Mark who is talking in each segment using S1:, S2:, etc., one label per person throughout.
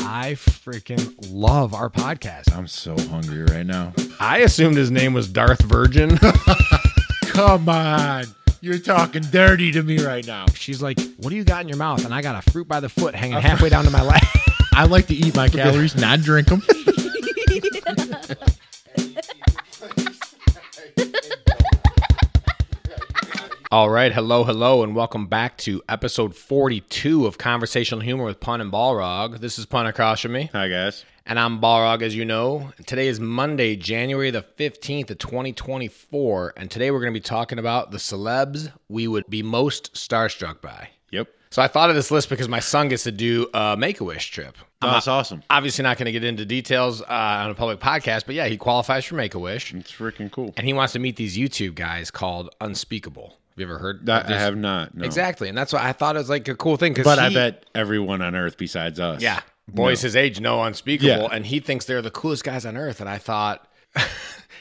S1: I freaking love our podcast.
S2: I'm so hungry right now.
S3: I assumed his name was Darth Virgin.
S2: Come on. You're talking dirty to me right now.
S1: She's like, "What do you got in your mouth?" And I got a fruit by the foot hanging halfway down to my lap.
S2: I like to eat my calories, not drink them.
S3: All right, hello, hello, and welcome back to episode 42 of Conversational Humor with Pun and Balrog. This is Pun Akashami,
S2: Hi, guys.
S3: and I'm Balrog, as you know. Today is Monday, January the 15th of 2024, and today we're going to be talking about the celebs we would be most starstruck by.
S2: Yep.
S3: So I thought of this list because my son gets to do a Make-A-Wish trip.
S2: That's awesome.
S3: Obviously not going to get into details uh, on a public podcast, but yeah, he qualifies for Make-A-Wish,
S2: It's freaking cool.
S3: and he wants to meet these YouTube guys called Unspeakable. Have you ever heard of
S2: That I
S3: these?
S2: have not. No.
S3: Exactly, and that's why I thought it was like a cool thing. Cause
S2: But I
S3: he-
S2: bet everyone on earth besides us.
S3: yeah, boys his age know unspeakable,
S2: Yeah.
S3: and he thinks they're the coolest guys on earth. And I thought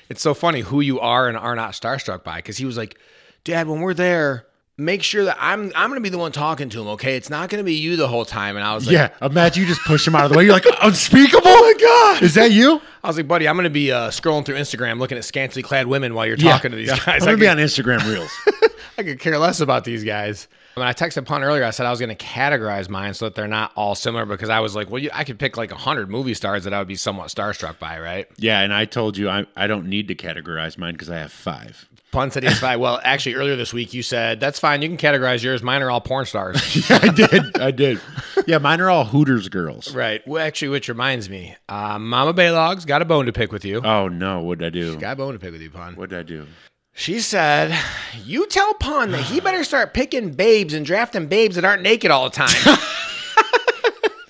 S3: it's so funny who you are and are not starstruck by, because he was like, "Dad, when we're there, make sure that I'm I'm gonna be the one talking to him. Okay, it's not gonna be you the whole time." And I was like,
S2: Yeah. Imagine you just push him out of the way. You're like, unspeakable? Oh my God. Is that you?
S3: I was like, buddy, I'm gonna be uh, scrolling through Instagram looking at scantily clad women while you're talking to these
S2: Yeah.
S3: guys.
S2: I'm going
S3: I
S2: to be
S3: could-
S2: on Instagram Reels.
S3: I could care less about these guys. When I texted Pun earlier, I said I was going to categorize mine so that they're not all similar because I was like, well, you, I could pick like 100 movie stars that I would be somewhat starstruck by, right?
S2: yeah. And I told you I, I don't need to categorize mine because I have five.
S3: Pun said he's fine. Well, actually, earlier this week, you said, that's fine. You can categorize yours. Mine are all porn stars.
S2: I did. I did. Yeah. Mine are all Hooters girls.
S3: right. Well, actually, which reminds me, uh, Mama Baylog's got a bone to pick with you.
S2: Oh, no. What'd I do?
S3: Got a bone to pick with you, Pun.
S2: What'd I do?
S3: She said, You tell Pun that he better start picking babes and drafting babes that aren't naked all the time.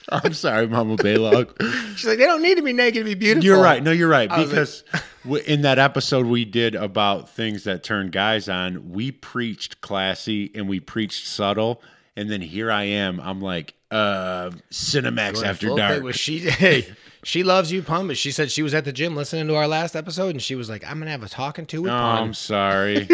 S2: I'm sorry, Mama Baylog.
S3: She's like, They don't need to be naked to be beautiful.
S2: You're right. No, you're right.
S3: was like-
S2: Because w in that episode we did about things that turn guys on, we preached classy and we preached subtle. And then here I am. I'm like, uh, Cinemax after
S3: Well,
S2: dark.
S3: but Was she? Hey, she loves you, Pun. But she said she was at the gym listening to our last episode, and she was like, "I'm gonna have a talking to with
S2: oh,
S3: Pun."
S2: I'm sorry.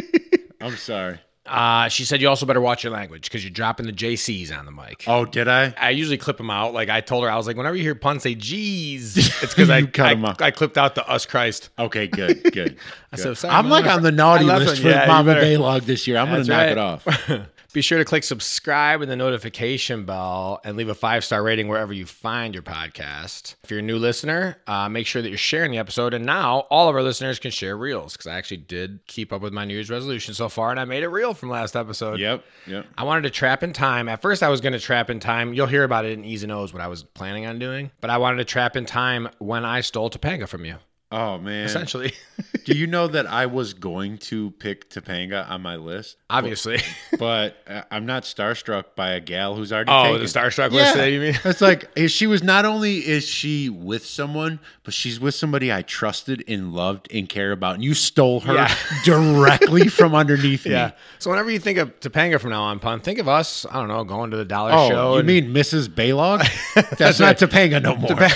S2: I'm sorry.
S3: Uh, she said you also better watch your language because you're dropping the JCs on the mic.
S2: Oh, did I?
S3: I usually clip them out. Like I told her, I was like, whenever you hear Pun say "jeez," it's because I
S2: You cut
S3: I,
S2: 'em out.
S3: I clipped out the "us Christ."
S2: Okay, good, good.
S3: I
S2: good.
S3: said, "Sorry,
S2: I'm like
S3: Mama."
S2: on the naughty
S3: I left
S2: list
S3: it.
S2: for
S3: Yeah, you
S2: Mama
S3: better-
S2: Baylog this year. I'm going
S3: That's
S2: to knock
S3: right.
S2: it off.
S3: Be sure to click subscribe and the notification bell and leave a five star rating wherever you find your podcast. If you're a new listener, uh, make sure that you're sharing the episode. And now all of our listeners can share reels because I actually did keep up with my New Year's resolution so far and I made a reel from last episode.
S2: Yep, yep.
S3: I wanted to trap in time. At first, I was going to trap in time. You'll hear about it in E's and O's, what I was planning on doing. But I wanted to trap in time when I stole Topanga from you,
S2: Oh man.
S3: essentially.
S2: Do you know that I was going to pick Topanga on my list?
S3: Obviously.
S2: but uh, I'm not starstruck by a gal who's already.
S3: Oh,
S2: taken.
S3: the starstruck list that you mean?
S2: It's like is she was not only is she with someone, but she's with somebody I trusted and loved and care about, and you stole her
S3: Yeah.
S2: directly from underneath
S3: Yeah.
S2: me.
S3: So whenever you think of Topanga from now on, pun, think of us. I don't know, going to the dollar
S2: Oh,
S3: show.
S2: you
S3: and
S2: mean Mrs. Baylog? That's,
S3: right.
S2: not Topanga no more.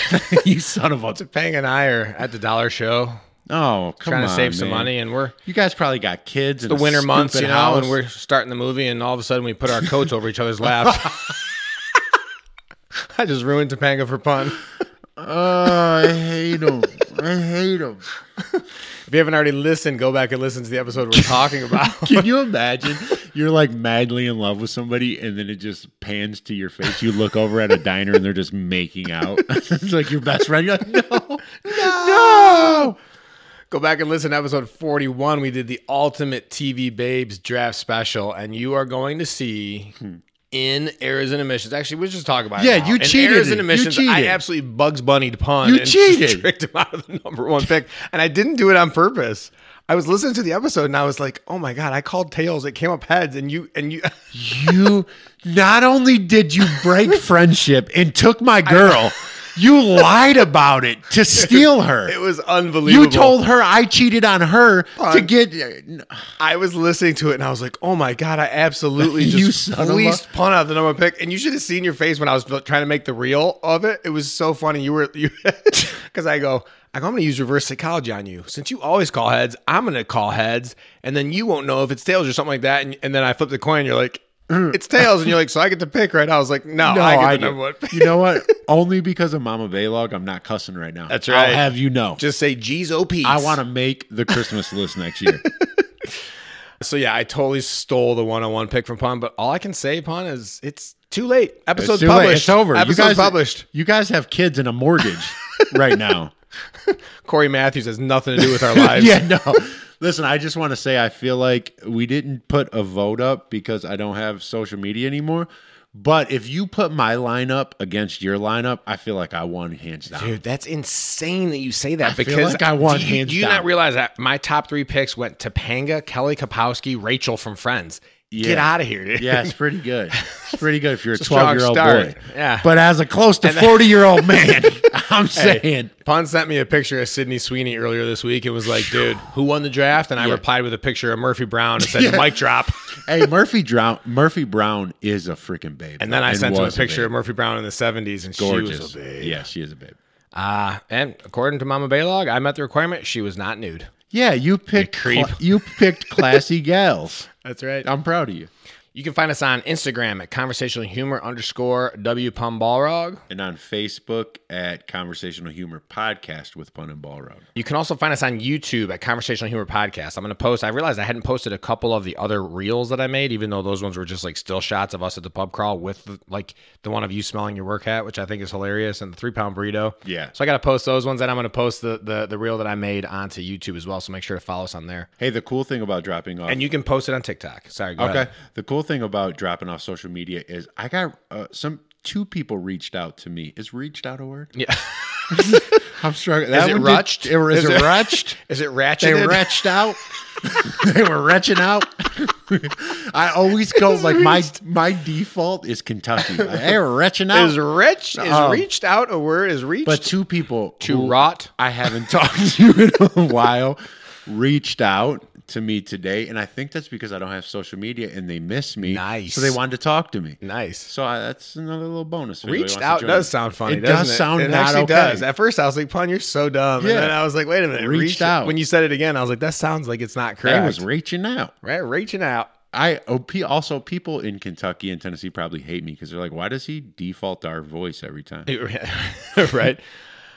S2: you son of a.
S3: Topanga and I are at the dollar show
S2: Oh, come
S3: trying
S2: on,
S3: to save some
S2: man.
S3: money, and we're
S2: You guys probably got kids. And
S3: the
S2: a
S3: winter months, you
S2: stupid
S3: know, and
S2: house.
S3: we're starting the movie, and all of a sudden we put our coats over each other's laps. I just ruined Topanga for pun.
S2: Oh, I hate them. I hate them.
S3: If you haven't already listened, go back and listen to the episode we're talking about.
S2: Can you imagine? You're like madly in love with somebody, and then it just pans to your face. You look over at a diner, and they're just making out. it's like your best friend. You're like, no, no.
S3: go back and listen to episode 41. We did the Ultimate TV Babes draft special, and you are going to see in errors and omissions. Actually, we just talk about it.
S2: Yeah,
S3: now.
S2: you
S3: In
S2: cheated.
S3: Errors and
S2: You
S3: omissions, I
S2: cheated.
S3: absolutely bugs bunnied pun.
S2: You
S3: and
S2: cheated.
S3: Tricked him out of the number one pick, and I didn't do it on purpose. I was listening to the episode and I was like, "Oh my god!" I called tails. It came up heads, and you and you.
S2: You not only did you break friendship and took my girl, you lied about it to steal her.
S3: It was unbelievable.
S2: You told her I cheated on her to get.
S3: I was listening to it and I was like, "Oh my god, I absolutely
S2: You
S3: just
S2: son of a-
S3: fleeced pun out of the number one pick." And you should have seen your face when I was trying to make the reel of it. It was so funny. You were you because I go, I go, I'm going to use reverse psychology on you. Since you always call heads, I'm going to call heads, and then you won't know if it's tails or something like that. And, and then I flip the coin. You're like, it's tails, and you're like, so I get to pick right now. I was like, no, Oh, I get the number one pick.
S2: You know what? Only because of Mama Baylog, I'm not cussing right now.
S3: That's
S2: I'll
S3: right.
S2: have you know.
S3: Just say G's O P.
S2: I want to make the Christmas list next year.
S3: So yeah, I totally stole the one-on-one pick from Pun, but all I can say, Pun, is it's too late. Episode's
S2: It's too late.
S3: published.
S2: It's over. You
S3: Episode's
S2: guys-
S3: published.
S2: You guys have kids and a mortgage right now.
S3: Corey Matthews has nothing to do with our lives.
S2: yeah, no. Listen, I just want to say I feel like we didn't put a vote up because I don't have social media anymore. But if you put my lineup against your lineup, I feel like I won hands down.
S3: Dude, that's insane that you say that
S2: I feel
S3: because
S2: like I won
S3: do, you-
S2: hands
S3: do you
S2: down.
S3: not realize that my top three picks went to Panga, Kelly Kapowski, Rachel from Friends. Get out of here, dude.
S2: Yeah, it's pretty good. It's pretty good if you're a
S3: a strong
S2: 12 year old boy.
S3: start. Yeah.
S2: But as a close to 40 year old man, I'm saying
S3: Pun sent me a picture of Sidney Sweeney earlier this week and was like, dude, who won the draft? And I replied with a picture of Murphy Brown and said, mic drop.
S2: hey, Murphy Brown, Murphy Brown is a freaking babe.
S3: And then I sent him a
S2: was
S3: picture of
S2: babe.
S3: Murphy Brown in the 70s and she
S2: gorgeous.
S3: was a babe.
S2: Yeah, she is a babe.
S3: Uh, and according to Mama Baylog, I met the requirement. She was not nude.
S2: Yeah, you picked
S3: creep.
S2: cla- you picked classy gals.
S3: That's right.
S2: I'm proud of you.
S3: Um, You can find us on Instagram at conversational humor underscore W Pumbalrog.
S2: And on Facebook at Conversational Humor Podcast with Pun and Ballroad.
S3: You can also find us on YouTube at Conversational Humor Podcast. I'm going to post. I realized I hadn't posted a couple of the other reels that I made, even though those ones were just like still shots of us at the pub crawl with like the one of you smelling your work hat, which I think is hilarious, and the three pound burrito.
S2: Yeah.
S3: So I got to post those ones, and I'm going to post the, the the reel that I made onto YouTube as well. So make sure to follow us on there,
S2: Hey, the cool thing about dropping off
S3: and you can post it on TikTok. Sorry. Go
S2: Okay.
S3: ahead.
S2: The cool thing about dropping off social media is I got uh, some two people reached out to me. Is reached out a word?
S3: Yeah.
S2: I'm struggling.
S3: Is it rutched?
S2: Or is,
S3: Is
S2: it
S3: it-
S2: rutched?
S3: Is it
S2: They
S3: ratchet?
S2: retched out. they were retching out. I always go like my my default is Kentucky. Like, they were retching out.
S3: Is rich is
S2: Um,
S3: reached out a word is reached
S2: but two people
S3: to
S2: who
S3: rot.
S2: I haven't talked to in a while reached out to me today, and I think that's because I don't have social media and they miss me.
S3: Nice.
S2: So they wanted to talk to me.
S3: Nice.
S2: So I, that's another little bonus. if anybody
S3: Reached
S2: wants
S3: out
S2: to join.
S3: does sound funny.
S2: It
S3: doesn't
S2: does sound
S3: it
S2: not
S3: actually
S2: okay.
S3: does. At first, I was like, "Pun, you're so dumb,"
S2: Yeah.
S3: and then I was like, "Wait a minute."
S2: Reached out.
S3: When you said it again, I was like, "That sounds like it's not correct."
S2: I was reaching out.
S3: right, reaching out.
S2: I oh, pe- also people in Kentucky and Tennessee probably hate me because they're like, why does he default to our voice every time?
S3: right.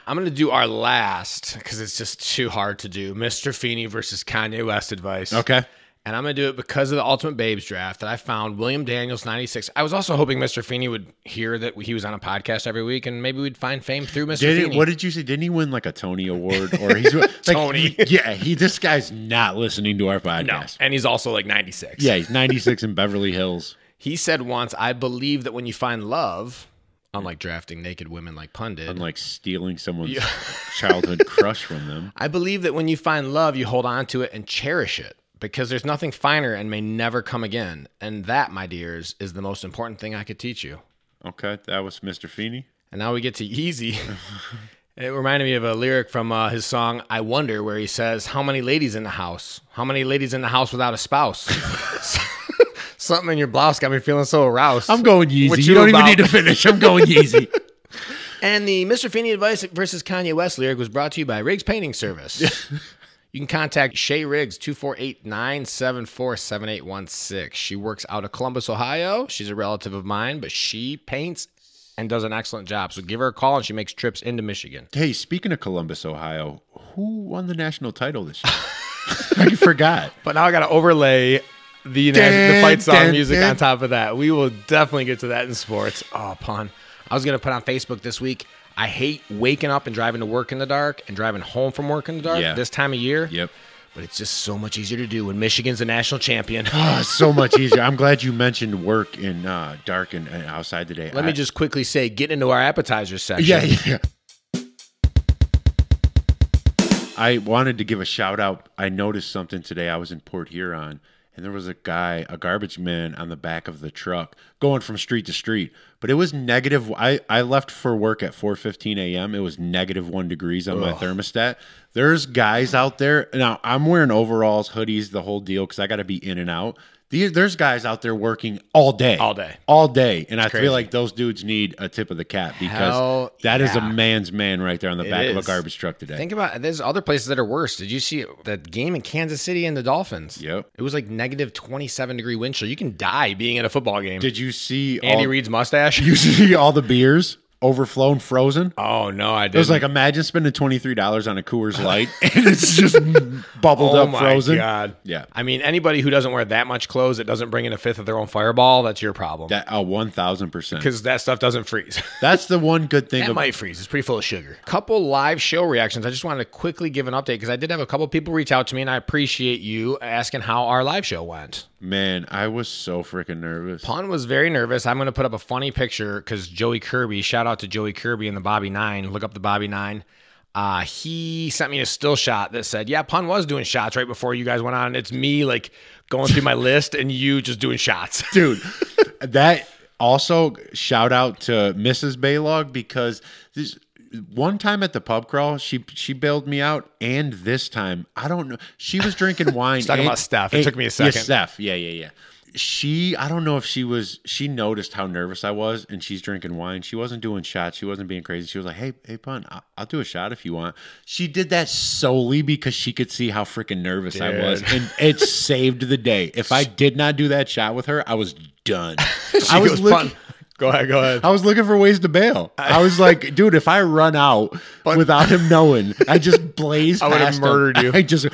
S3: I'm gonna do our last because it's just too hard to do. Mr. Feeney versus Kanye West advice.
S2: Okay.
S3: And I'm going to do it because of the Ultimate Babes draft that I found William Daniels 96. I was also hoping Mr. Feeney would hear that he was on a podcast every week and maybe we'd find fame through Mr.
S2: Did it,
S3: Feeney.
S2: what did you say? Didn't he win like a Tony Award or he's like,
S3: Tony.
S2: Yeah, he. This guy's not listening to our podcast.
S3: And he's also like 96.
S2: Yeah, he's 96 in Beverly Hills.
S3: He said once, I believe that when you find love, unlike drafting naked women like Pundit,
S2: and like stealing someone's childhood crush from them.
S3: I believe that when you find love, you hold on to it and cherish it because there's nothing finer and may never come again. And that, my dears, is the most important thing I could teach you.
S2: Okay, that was Mr. Feeney.
S3: And now we get to Yeezy. it reminded me of a lyric from uh, his song "I Wonder," where he says, "How many ladies in the house? How many ladies in the house without a spouse?" Something in your blouse got me feeling so aroused.
S2: I'm going Yeezy.
S3: What
S2: You,
S3: you
S2: don't
S3: about?
S2: even need to finish. I'm going Yeezy.
S3: and the Mr. Feeney advice versus Kanye West lyric was brought to you by Riggs Painting Service. you can contact Shay Riggs 248-974-7816. She works out of Columbus, Ohio. She's a relative of mine, but she paints and does an excellent job. So give her a call and she makes trips into Michigan.
S2: hey, speaking of Columbus, Ohio, who won the national title this year? I forgot.
S3: But now I got to overlay the, the
S2: Dun,
S3: fight song
S2: dun,
S3: music
S2: dun.
S3: on top of that. We will definitely get to that in sports. Oh, pun. I was going to put on Facebook this week. I hate waking up and driving to work in the dark and driving home from work in the dark
S2: Yeah.
S3: this time of year.
S2: Yep.
S3: But it's just so much easier to do when Michigan's the national champion.
S2: Oh, it's so much easier. I'm glad you mentioned work in uh, dark and, and outside today.
S3: Let me just quickly say, getting into our appetizer section.
S2: Yeah, yeah. I wanted to give a shout out. I noticed something today. I was in Port Huron and there was a guy, a garbage man on the back of the truck going from street to street. But it was negative I, I left for work at 4:15 a.m. It was negative 1 degrees on my thermostat. There's guys out there. Now, I'm wearing overalls, hoodies, the whole deal cuz I got to be in and out. These, there's guys out there working all day,
S3: all day.
S2: all day, and I
S3: crazy.
S2: feel like those dudes need a tip of the cap because
S3: Hell
S2: that is
S3: yeah.
S2: a man's man right there on the
S3: It
S2: back of a
S3: is.
S2: garbage truck today.
S3: Think about there's other places that are worse. Did you see that game in Kansas City and the Dolphins?
S2: Yep.
S3: It was like negative 27 degree wind chill. You can die being at a football game.
S2: Did you see
S3: Andy
S2: all,
S3: Reid's mustache?
S2: You see all the beers overflowing, frozen.
S3: oh no, I did.
S2: It was like imagine spending twenty three dollars on a Coors Light and it's just bubbled
S3: oh
S2: up,
S3: my
S2: frozen.
S3: god.
S2: Yeah,
S3: I mean, anybody who doesn't wear that much clothes that doesn't bring in a fifth of their own fireball, that's your problem.
S2: that uh, one thousand percent.
S3: Because that stuff doesn't freeze.
S2: That's the one good thing.
S3: It
S2: Of,
S3: might freeze. It's pretty full of sugar. Couple live show reactions. I just wanted to quickly give an update because I did have a couple people reach out to me, and I appreciate you asking how our live show went.
S2: man, I was so freaking nervous.
S3: Pun was very nervous. I'm going to put up a funny picture because Joey Kirby, shout out to Joey Kirby and the Bobby Nine. Look up the Bobby Nine. Uh, he sent me a still shot that said, Yeah, Pun was doing shots right before you guys went on. It's me like going through my list and you just doing shots.
S2: dude. that also shout out to Mrs. Baylog because this one time at the pub crawl, she she bailed me out, and this time I don't know. She was drinking wine.
S3: talking
S2: and-
S3: about Steph. It
S2: and-
S3: took me a
S2: yeah,
S3: second.
S2: Steph, yeah, yeah, yeah. She, I don't know if she was. She noticed how nervous I was, and she's drinking wine. She wasn't doing shots. She wasn't being crazy. She was like, "Hey, hey, pun, I- I'll do a shot if you want." She did that solely because she could see how freaking nervous I was,
S3: Dude.
S2: and it saved the day. If I did not do that shot with her, I was done.
S3: She
S2: I was
S3: goes,
S2: looking.
S3: "Pun, Go ahead, go ahead.
S2: I was looking for ways to bail. I was like, dude, if I run out without him knowing, I just blazed.
S3: I would've
S2: past him.
S3: murdered you.
S2: I just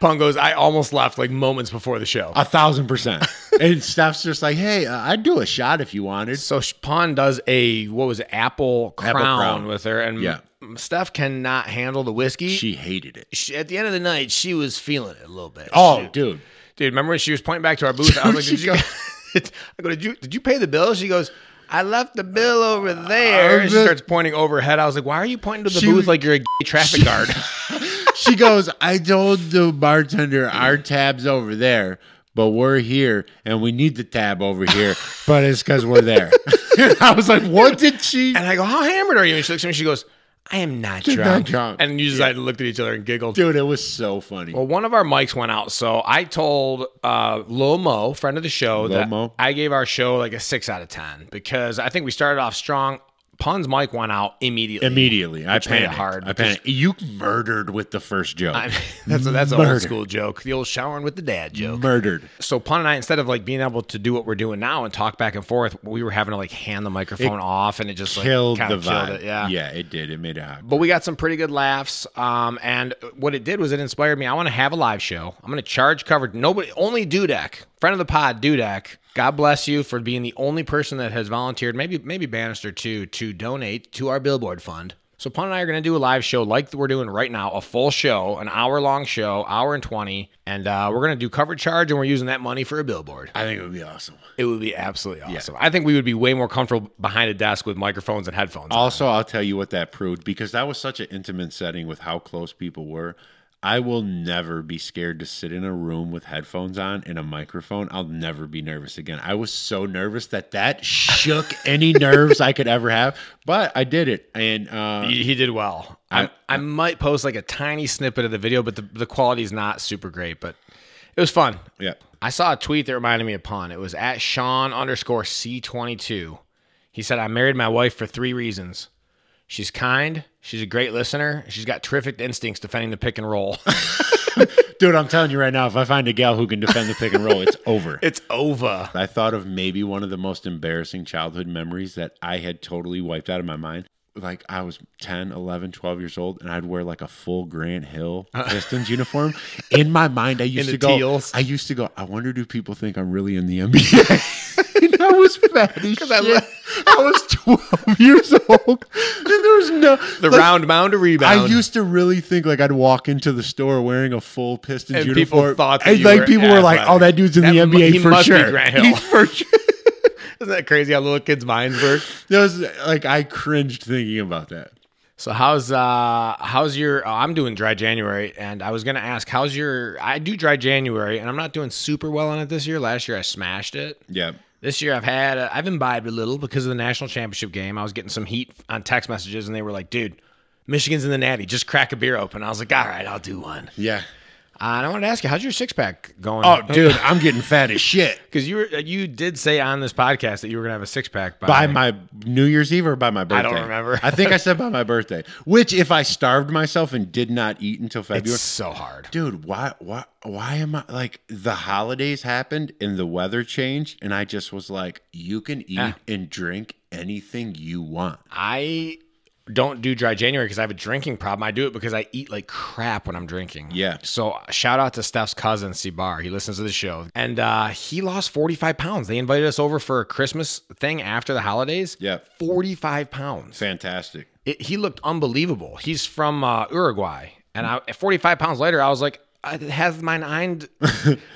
S3: Pun goes, I almost left like moments before the show.
S2: a thousand percent. and Steph's just like, hey, uh, I'd do a shot if you wanted.
S3: So Pond does a what was it, apple crown,
S2: crown.
S3: with her, and
S2: Yeah.
S3: Steph cannot handle the whiskey.
S2: She hated it.
S3: She- at the end of the night, she was feeling it a little bit.
S2: Oh,
S3: She-
S2: dude.
S3: dude, remember when she was pointing back to our booth? I was like,
S2: She
S3: did you go? I go, did you did you pay the bill? She goes. I left the bill over there. And she
S2: the-
S3: starts pointing overhead. I was like, "Why are you pointing to the
S2: She
S3: booth
S2: was-
S3: like you're a gay traffic guard?"
S2: She goes, I told the bartender our tab's over there, but we're here and we need the tab over here, but it's because we're there. I was like, what did she?
S3: And I go, "How hammered are you?" And she looks at me. She goes, "I am not
S2: You're
S3: drunk."
S2: not drunk.
S3: And you just like looked at each other and giggled.
S2: Dude, it was so funny.
S3: Well, one of our mics went out, so I told uh, Lil Mo, friend of the show, that
S2: Mo.
S3: I gave our show like a six out of ten because I think we started off strong. Pun's mic went out immediately.
S2: Immediately, I
S3: made it
S2: panicked.
S3: hard
S2: I panicked. You murdered with the first joke.
S3: I mean, that's a, that's an
S2: Murder.
S3: old school joke, the old showering with the dad joke.
S2: murdered.
S3: So Pun and I, instead of like being able to do what we're doing now and talk back and forth, we were having to like hand the microphone off, and it just like
S2: Killed
S3: kinda
S2: the vibe.
S3: Killed it. Yeah,
S2: yeah, it did. It made it hot.
S3: But we got some pretty good laughs. Um, and what it did was it inspired me. I want to have a live show. I'm going to charge covered. Nobody, only Dudek, friend of the pod, Dudek. God bless you for being the only person that has volunteered, maybe maybe Bannister too, to donate to our billboard fund. So Pun and I are going to do a live show like we're doing right now, a full show, an hour long show, hour and twenty, and uh, we're going to do cover charge, and we're using that money for a billboard.
S2: I think it would be awesome.
S3: It would be absolutely awesome. I think we would be way more comfortable behind a desk with microphones and headphones.
S2: Also, I'll tell you what that proved because that was such an intimate setting with how close people were. I will never be scared to sit in a room with headphones on and a microphone. I'll never be nervous again. I was so nervous that that shook any nerves I could ever have, but I did it. And uh,
S3: He, he did well. I, I, might post like a tiny snippet of the video, but the, the quality is not super great. But it was fun.
S2: yeah,
S3: I saw a tweet that reminded me of Pun. It was at Sean underscore C22. He said, I married my wife for three reasons. She's kind. She's a great listener. She's got terrific instincts defending the pick and roll.
S2: dude, I'm telling you right now, if I find a gal who can defend the pick and roll, it's over.
S3: it's over.
S2: I thought of maybe one of the most embarrassing childhood memories that I had totally wiped out of my mind. Like I was 10, 11, 12 years old, and I'd wear like a full Grant Hill Pistons uniform. In my mind, I used
S3: the
S2: to go.
S3: teals.
S2: I used to go. I wonder do people think I'm really in the NBA? and I was fat as shit.
S3: I
S2: I,
S3: look-
S2: was twelve years old, and there was no
S3: The
S2: like,
S3: round mound to rebound.
S2: I used to really think like I'd walk into the store wearing a full Pistons
S3: And people
S2: uniform.
S3: thought that
S2: and
S3: you
S2: like
S3: were
S2: people were like,
S3: athletic.
S2: "Oh, that dude's in
S3: That
S2: the
S3: mu-
S2: NBA
S3: he
S2: for
S3: must be
S2: sure."
S3: Grant Hill.
S2: He for sure.
S3: Isn't that crazy how little kids' minds work?
S2: That was like I cringed thinking about that.
S3: So how's uh how's your oh, I'm doing dry January and I was gonna ask how's your I do dry January and I'm not doing super well on it this year. Last year I smashed it.
S2: Yeah.
S3: This year I've had i I've imbibed a little because of the national championship game. I was getting some heat on text messages and they were like, "Dude, Michigan's in the Natty. Just crack a beer open." I was like, "All right, I'll do one."
S2: Yeah.
S3: Uh, and I wanted to ask you, how's your six pack going?
S2: Oh, dude, I'm getting fat as shit.
S3: because you were, uh, you did say on this podcast that you were gonna have a six pack by,
S2: By my New Year's Eve or by my birthday?
S3: don't remember.
S2: I think I said by my birthday. Which, if I starved myself and did not eat until February,
S3: It's so hard.
S2: dude, why, why, why am I like the holidays happened and the weather changed, and I just was like, you can eat
S3: Yeah.
S2: and drink anything you want.
S3: I don't do dry January because I have a drinking problem. I do it because I eat like crap when I'm drinking.
S2: Yeah.
S3: So shout out to Steph's cousin Bar. He listens to the show, and uh, he lost 45 pounds. They invited us over for a Christmas thing after the holidays.
S2: Yeah.
S3: 45 pounds.
S2: Fantastic.
S3: It, he looked unbelievable. He's from uh, Uruguay, and I, 45 pounds later, I was like. I have mine eyed-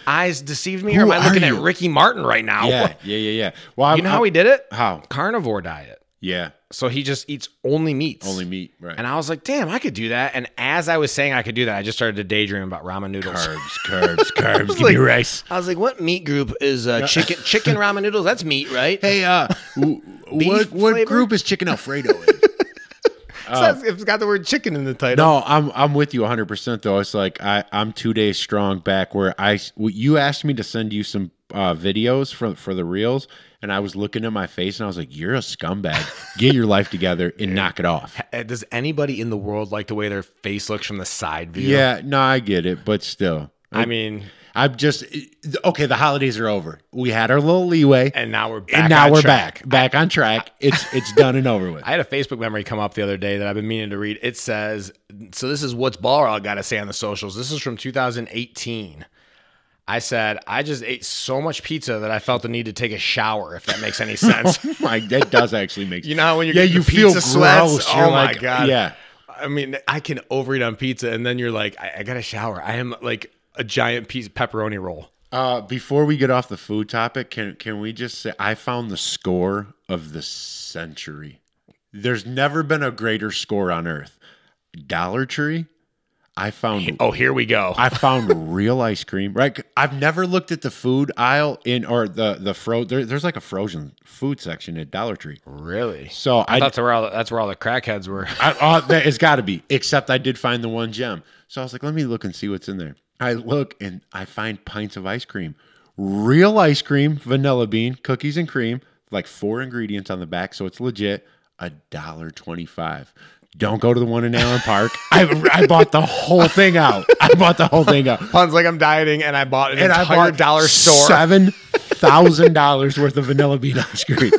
S3: eyes deceived me, or am
S2: Who
S3: I looking
S2: are
S3: at
S2: you?
S3: Ricky Martin right now?
S2: Yeah, Uh, yeah, yeah, yeah. Well,
S3: You know how he did it?
S2: How?
S3: Carnivore diet.
S2: Yeah,
S3: So he just eats only meats.
S2: only meat, right?
S3: And I was like, damn, I could do that. And as I was saying I could do that, I just started to daydream about ramen noodles.
S2: carbs, carbs, carbs. Give me
S3: Like-
S2: rice.
S3: I was like, what meat group is uh, chicken chicken ramen noodles? That's meat, right?
S2: Hey, uh, w- what what
S3: flavor?
S2: group is chicken Alfredo in?
S3: So it's got the word chicken in the title.
S2: No, I'm I'm with you 100 percent though. It's like I I'm two days strong back where I s- w- you asked me to send you some uh, videos for for the reels, and I was looking at my face and I was like, "You're a scumbag. Get your life together and knock it off."
S3: Uh, Does anybody in the world like the way their face looks from the side view?
S2: Yeah, no, I get it, but still,
S3: I mean,
S2: I'm just eh, okay. The holidays are over. We had our little leeway, and,
S3: and now we're back.
S2: now
S3: on
S2: we're
S3: track.
S2: back back on track. It's it's done and over with.
S3: I had a Facebook memory come up the other day that I've been meaning to read. It says, so this is what's Balrog got to say on the socials. This is from 2018. I said, I just ate so much pizza that I felt the need to take a shower, if that makes any sense.
S2: Like that does actually make
S3: You know how when you're
S2: yeah
S3: getting
S2: you
S3: the
S2: feel
S3: pizza sweats?
S2: gross.
S3: Oh
S2: You're
S3: my
S2: like,
S3: God.
S2: yeah.
S3: I mean, I can overeat on pizza, and then you're like, I, I got to shower. I am like a giant piece pepperoni roll.
S2: Uh, before we get off the food topic, can can we just say I found the score of the century. There's never been a greater score on earth. Dollar Tree. I found
S3: Oh, here we go.
S2: I found real ice cream. Right, I've never looked at the food aisle in or the the fro. There, there's like a frozen food section at Dollar Tree.
S3: really?
S2: So I,
S3: That's where all the, that's where all the crackheads were.
S2: I oh, that, it's got to be. Except I did find the one gem. So I was like, let me look and see what's in there. I look and I find pints of ice cream, real ice cream, vanilla bean, cookies and cream, like four ingredients on the back, so it's legit. A dollar twenty-five. Don't go to the one in Allen Park. I, I bought the whole thing out. I bought the whole thing out,
S3: Puns like I'm dieting, and I bought an
S2: and I
S3: entire
S2: bought
S3: dollar store.
S2: seven thousand dollars worth of vanilla bean ice cream.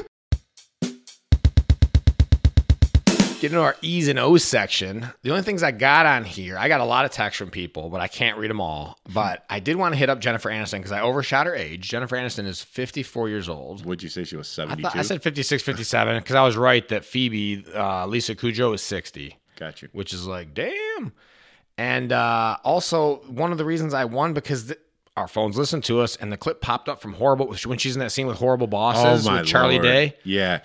S3: Get into our E's and O's section. The only things I got on here, I got a lot of texts from people, but I can't read them all. But I did want to hit up Jennifer Aniston because I overshot her age. Jennifer Aniston is 54 years old.
S2: Would you say she was
S3: I,
S2: seventy-two?
S3: thought, I said 56, 57 because I was right that Phoebe, uh, Lisa Cujo, is 60,
S2: Got you.
S3: which is like, damn. And uh, also, one of the reasons I won because th- our phones listened to us and the clip popped up from Horrible when she's in that scene with Horrible Bosses with Charlie
S2: Oh Lord.
S3: Day.
S2: Yeah.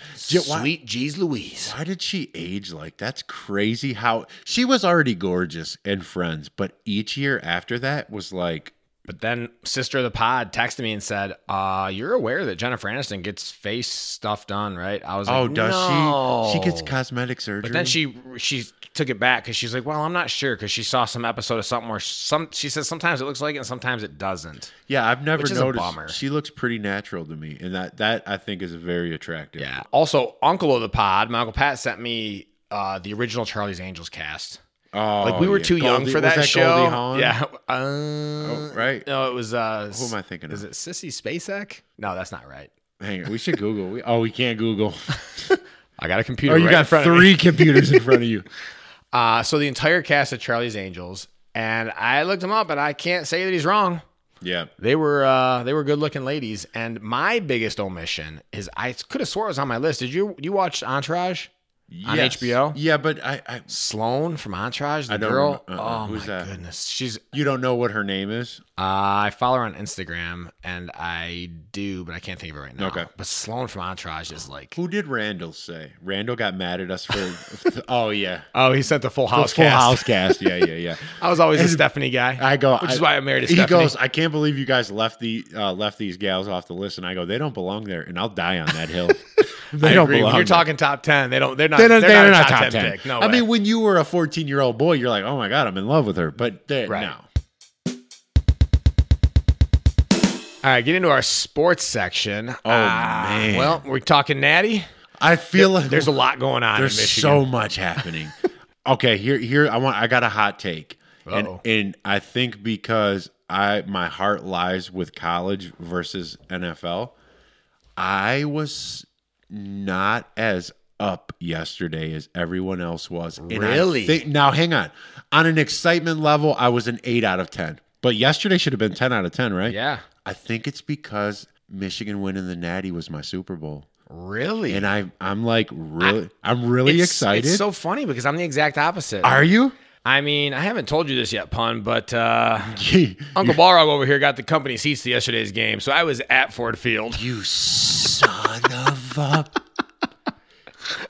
S2: Why-
S3: Sweet Jeez Louise.
S2: Why did she age like that's crazy how she was already gorgeous and friends, but each year after that was like
S3: But then sister of the pod texted me and said, uh, you're aware that Jennifer Aniston gets face stuff done, right? I was like,
S2: Oh, does she? She gets
S3: "No."
S2: cosmetic surgery.
S3: But then she she took it back because she's like, well, I'm not sure because she saw some episode of something where some she says sometimes it looks like it and sometimes it doesn't.
S2: Yeah, I've never
S3: Which is a
S2: noticed.
S3: bummer.
S2: She looks pretty natural to me. And that that I think is very attractive.
S3: Yeah. Also, Uncle of the Pod, my Uncle Pat sent me uh, the original Charlie's Angels cast.
S2: Oh,
S3: Like we were
S2: yeah.
S3: too young
S2: Goldie-
S3: for
S2: was
S3: that, show.
S2: Goldie Hawn? Oh,
S3: Yeah. Uh,
S2: right.
S3: No, it was. Uh,
S2: Who am I thinking
S3: Is
S2: of?
S3: it Sissy Spacek? No, that's not right.
S2: Hang on. We should Google. We, oh, we can't Google.
S3: I got a computer.
S2: oh, you
S3: right in
S2: got
S3: front of me.
S2: three computers in front of you.
S3: Uh, so the entire cast of Charlie's Angels, and I looked him up, and I can't say that he's wrong.
S2: Yeah.
S3: They were uh, they were good looking ladies, and my biggest omission is I could have swore it was on my list. Did you you watch Entourage? On
S2: Yes.
S3: HBO?
S2: Yeah, but I, I
S3: Sloane from Entourage, the
S2: I don't
S3: girl.
S2: remem- uh-uh.
S3: Oh
S2: Who's
S3: my
S2: that?
S3: goodness, she's.
S2: you don't know what her name is?
S3: Uh, I follow her on Instagram, and I do, but I can't think of it right now.
S2: Okay.
S3: but Sloane from Entourage is like.
S2: Who did Randall say? Randall got mad at us for. oh yeah,
S3: Oh, he sent the Full House
S2: full
S3: cast.
S2: house cast. Yeah, yeah, yeah.
S3: I was always a Stephanie guy.
S2: I go,
S3: which is why I married a
S2: He
S3: Stephanie.
S2: goes, I can't believe you guys left the uh, left these gals off the list, and I go, they don't belong there, and I'll die on that hill. they
S3: I
S2: don't
S3: agree. When
S2: belong.
S3: you're
S2: there.
S3: talking top ten, they don't. They're not.
S2: They
S3: They're,
S2: don't,
S3: not,
S2: they're
S3: a
S2: not
S3: top,
S2: top ten.
S3: pick. No,
S2: I
S3: way.
S2: mean, when you were a 14 year old boy, you're like, oh my god, I'm in love with her, but they're
S3: Right.
S2: no.
S3: All right, get into our sports section. Oh
S2: man.
S3: Well, we're talking Natty.
S2: I feel like
S3: There's a lot going on
S2: There's
S3: in Michigan.
S2: so much happening. okay, here here I want I got a hot take. And,
S3: Uh-oh.
S2: and I think because I my heart lies with college versus NFL, I was not as up yesterday as everyone else was. And I
S3: Really?
S2: think- now hang on. On an excitement level, I was an 8 out of 10. But yesterday should have been 10 out of 10, right?
S3: yeah.
S2: I think it's because Michigan winning the Natty was my Super Bowl.
S3: Really?
S2: And I I'm like really I'm really
S3: It's-
S2: excited.
S3: It's so funny because I'm the exact opposite.
S2: Are you?
S3: I mean, I haven't told you this yet, pun, but uh,
S2: you
S3: Uncle Balrog over here got the company seats to yesterday's game, so I was at Ford Field.
S2: son of a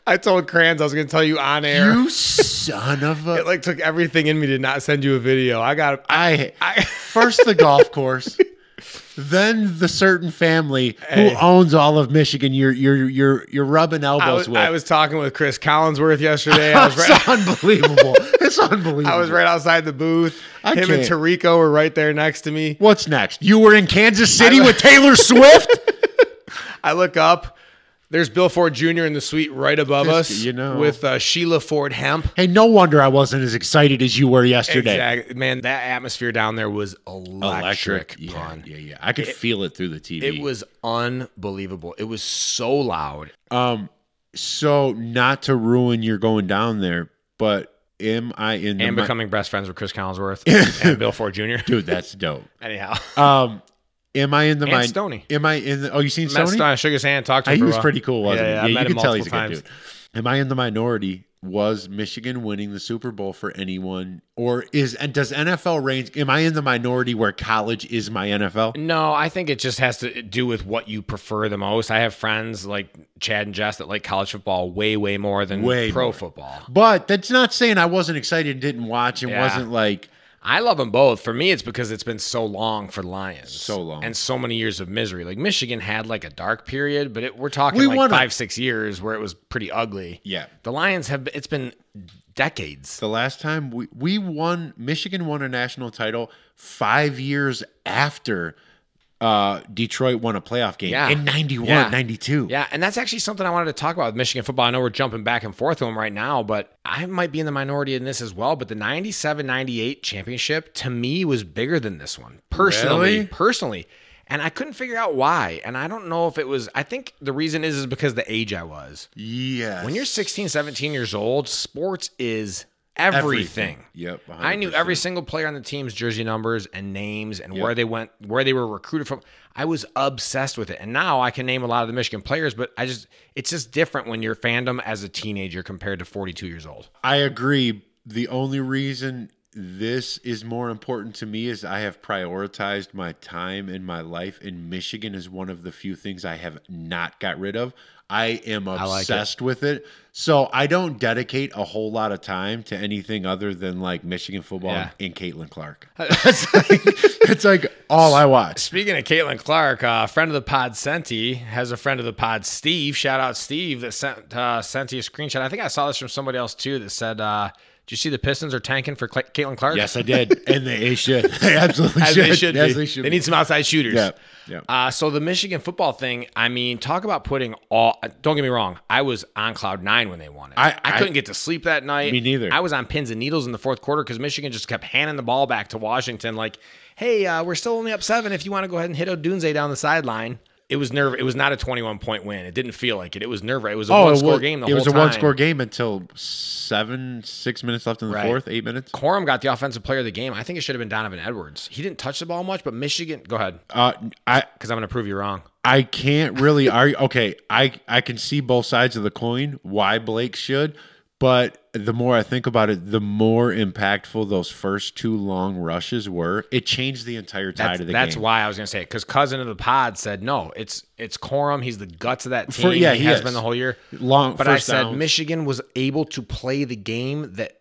S3: I told Kranz I was going to tell you on air.
S2: you son of
S3: it
S2: a
S3: like took everything in me to not send you a video. I got
S2: I
S3: I
S2: first the golf course. Then the certain family
S3: Hey.
S2: who owns all of Michigan, you're you're you're you're rubbing elbows
S3: I was,
S2: with.
S3: I was talking with Chris Collinsworth yesterday. I was right
S2: it's unbelievable. it's unbelievable.
S3: I was right outside the booth.
S2: I
S3: Him and
S2: can't.
S3: Tariko were right there next to me.
S2: What's next? You were in Kansas City with Taylor Swift.
S3: I look up. There's Bill Ford Jr. in the suite right above
S2: Just,
S3: us,
S2: you know.
S3: with uh, Sheila Ford Hemp.
S2: hey, no wonder I wasn't as excited as you were yesterday.
S3: Exactly. Man, that atmosphere down there was electric.
S2: yeah,
S3: pun.
S2: yeah, yeah. I could feel it through the TV.
S3: It was unbelievable. It was so loud.
S2: Um, so not to ruin your going down there, but am I in the
S3: and
S2: mi-
S3: becoming best friends with Chris Collinsworth and Bill Ford Jr.
S2: dude? That's dope.
S3: Anyhow,
S2: Um, am I in the
S3: And
S2: mind?
S3: Stoney.
S2: Am I in the? Oh, you seen
S3: met
S2: Stoney?
S3: Stone, shook his hand, talked to him.
S2: he
S3: for a
S2: was
S3: while.
S2: pretty cool, wasn't
S3: Yeah, yeah, I
S2: he?
S3: met
S2: you
S3: him
S2: can tell he's a
S3: multiple
S2: good dude. Am I in the minority? Was Michigan winning the Super Bowl for anyone, or is and does NFL range? Am I in the minority where college is my NFL?
S3: No, I think it just has to do with what you prefer the most. I have friends like Chad and Jess that like college football way, way more than
S2: Way
S3: pro
S2: more.
S3: football.
S2: But that's not saying I wasn't excited and didn't watch and
S3: Yeah.
S2: wasn't like
S3: I love them both. For me, it's because it's been so long for Lions,
S2: So long.
S3: and so many years of misery. Like Michigan had like a dark period, but it, we're talking
S2: We
S3: like
S2: won a-
S3: five, six years where it was pretty ugly.
S2: yeah.
S3: The Lions have. It's been decades.
S2: The last time we, we won, Michigan won a national title five years after uh, Detroit won a playoff game
S3: Yeah.
S2: in 91,
S3: Yeah.
S2: 92.
S3: Yeah, and that's actually something I wanted to talk about with Michigan football. I know we're jumping back and forth on them right now, but I might be in the minority in this as well. But the 97 98 championship to me was bigger than this one personally.
S2: Really?
S3: Personally. And I couldn't figure out why. And I don't know if it was, I think the reason is, is because the age I was.
S2: Yes.
S3: When you're 16, 17 years old, sports is everything.
S2: Yep. 100%.
S3: I knew every single player on the team's jersey numbers and names and where they went, where they were recruited from. I was obsessed with it. And now I can name a lot of the Michigan players, but I just it's just different when you're fandom as a teenager compared to 42 years old.
S2: I agree. The only reason this is more important to me is I have prioritized my time in my life, and Michigan is one of the few things I have not got rid of. I am
S3: like it.
S2: obsessed with it. So I don't dedicate a whole lot of time to anything other than like Michigan football
S3: Yeah.
S2: and Caitlin Clark. it's, like, it's like all I watch.
S3: Speaking of Caitlin Clark, uh, friend of the pod Senti has a friend of the pod Steve. Shout out Steve that sent uh, Senti a screenshot. I think I saw this from somebody else too that said, uh, "Do you see the Pistons are tanking for Cla- Caitlin Clark?"
S2: Yes, I did. And they should. They absolutely
S3: as
S2: should.
S3: they should
S2: Yes,
S3: be.
S2: they should.
S3: They
S2: be.
S3: need some outside shooters.
S2: Yeah, yeah.
S3: Uh, so the Michigan football thing, I mean, talk about putting all. uh, Don't get me wrong, I was on cloud nine when they won it.
S2: I- I-
S3: couldn't get to sleep that night.
S2: Me neither.
S3: I was on pins and needles in the fourth quarter because Michigan just kept handing the ball back to Washington. Like, hey, uh, we're still only up seven. If you want to go ahead and hit Odunze down the sideline. It was nerve. It was not a 21 point win. It didn't feel like it. It was nerve. It was a
S2: Oh,
S3: one
S2: it
S3: score
S2: was-
S3: game. The
S2: it
S3: whole
S2: was a
S3: time.
S2: one score game until seven, six minutes left in the
S3: Right.
S2: fourth, eight minutes.
S3: Corum got the offensive player of the game. I think it should have been Donovan Edwards. He didn't touch the ball much, but Michigan. Go ahead,
S2: Uh, I
S3: because I'm going to prove you wrong.
S2: I can't really argue. Okay, I I can see both sides of the coin why Blake should, but the more I think about it, the more impactful those first two long rushes were. It changed the entire tide
S3: That's,
S2: of the
S3: that's
S2: game.
S3: why I was going to say it because cousin of the pod said no. It's it's Corum. He's the guts of that team.
S2: For- yeah,
S3: he,
S2: he
S3: has
S2: is.
S3: been the whole year.
S2: Long,
S3: But I
S2: first
S3: said
S2: downs.
S3: Michigan was able to play the game that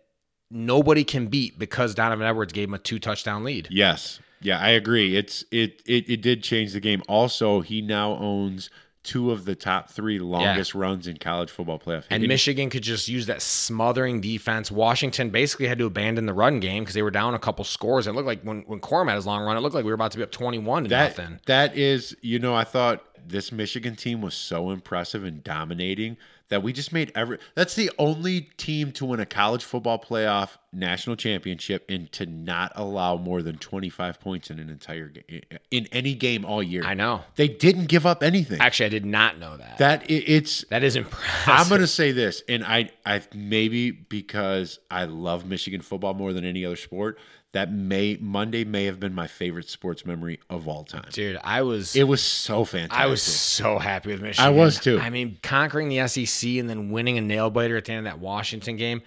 S3: nobody can beat because Donovan Edwards gave him a two touchdown lead.
S2: Yes. Yeah, I agree. It's it it it did change the game. Also, he now owns two of the top three longest runs in college football playoff
S3: And
S2: history.
S3: Michigan could just use that smothering defense. Washington basically had to abandon the run game because they were down a couple scores. It looked like when, when Corum had his long run, it looked like we were about to be up 21 to
S2: that,
S3: nothing.
S2: That is, you know, I thought this Michigan team was so impressive and dominating that we just made every. That's the only team to win a college football playoff national championship and to not allow more than twenty five points in an entire game in any game all year.
S3: I know.
S2: They didn't give up anything.
S3: Actually, I did not know that.
S2: that i- it's
S3: that is impressive.
S2: I'm gonna say this, and I, I maybe because I love Michigan football more than any other sport. That may Monday may have been my favorite sports memory of all time.
S3: Dude, I was.
S2: It was so fantastic.
S3: I was so happy with Michigan.
S2: was too.
S3: I mean, conquering the SEC and then winning a nail biter at the end of that Washington game,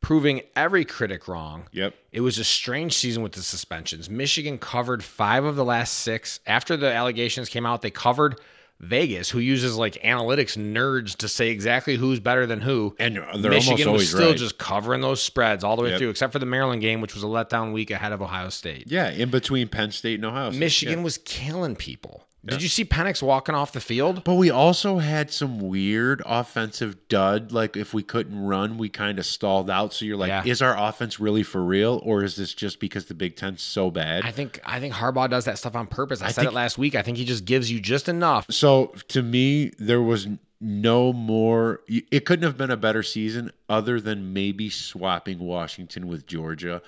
S3: proving every critic wrong.
S2: Yep.
S3: It was a strange season with the suspensions. Michigan covered five of the last six. After the allegations came out, they covered Vegas, who uses like analytics nerds to say exactly who's better than who.
S2: And they're almost
S3: Michigan was
S2: always
S3: still
S2: right.
S3: just covering those spreads all the way
S2: Yep.
S3: through, except for the Maryland game, which was a letdown week ahead of Ohio State.
S2: yeah, in between Penn State and Ohio. State.
S3: Michigan
S2: Yeah.
S3: was killing people. Did you see Penix walking off the field?
S2: But we also had some weird offensive dud. Like if we couldn't run, we kind of stalled out. So you're like,
S3: Yeah.
S2: is our offense really for real, or is this just because the Big Ten's so bad?
S3: I think I think Harbaugh does that stuff on purpose. I, said
S2: think-
S3: it last week. I think he just gives you just enough.
S2: so to me, there was no more. It couldn't have been a better season, other than maybe swapping Washington with Georgia.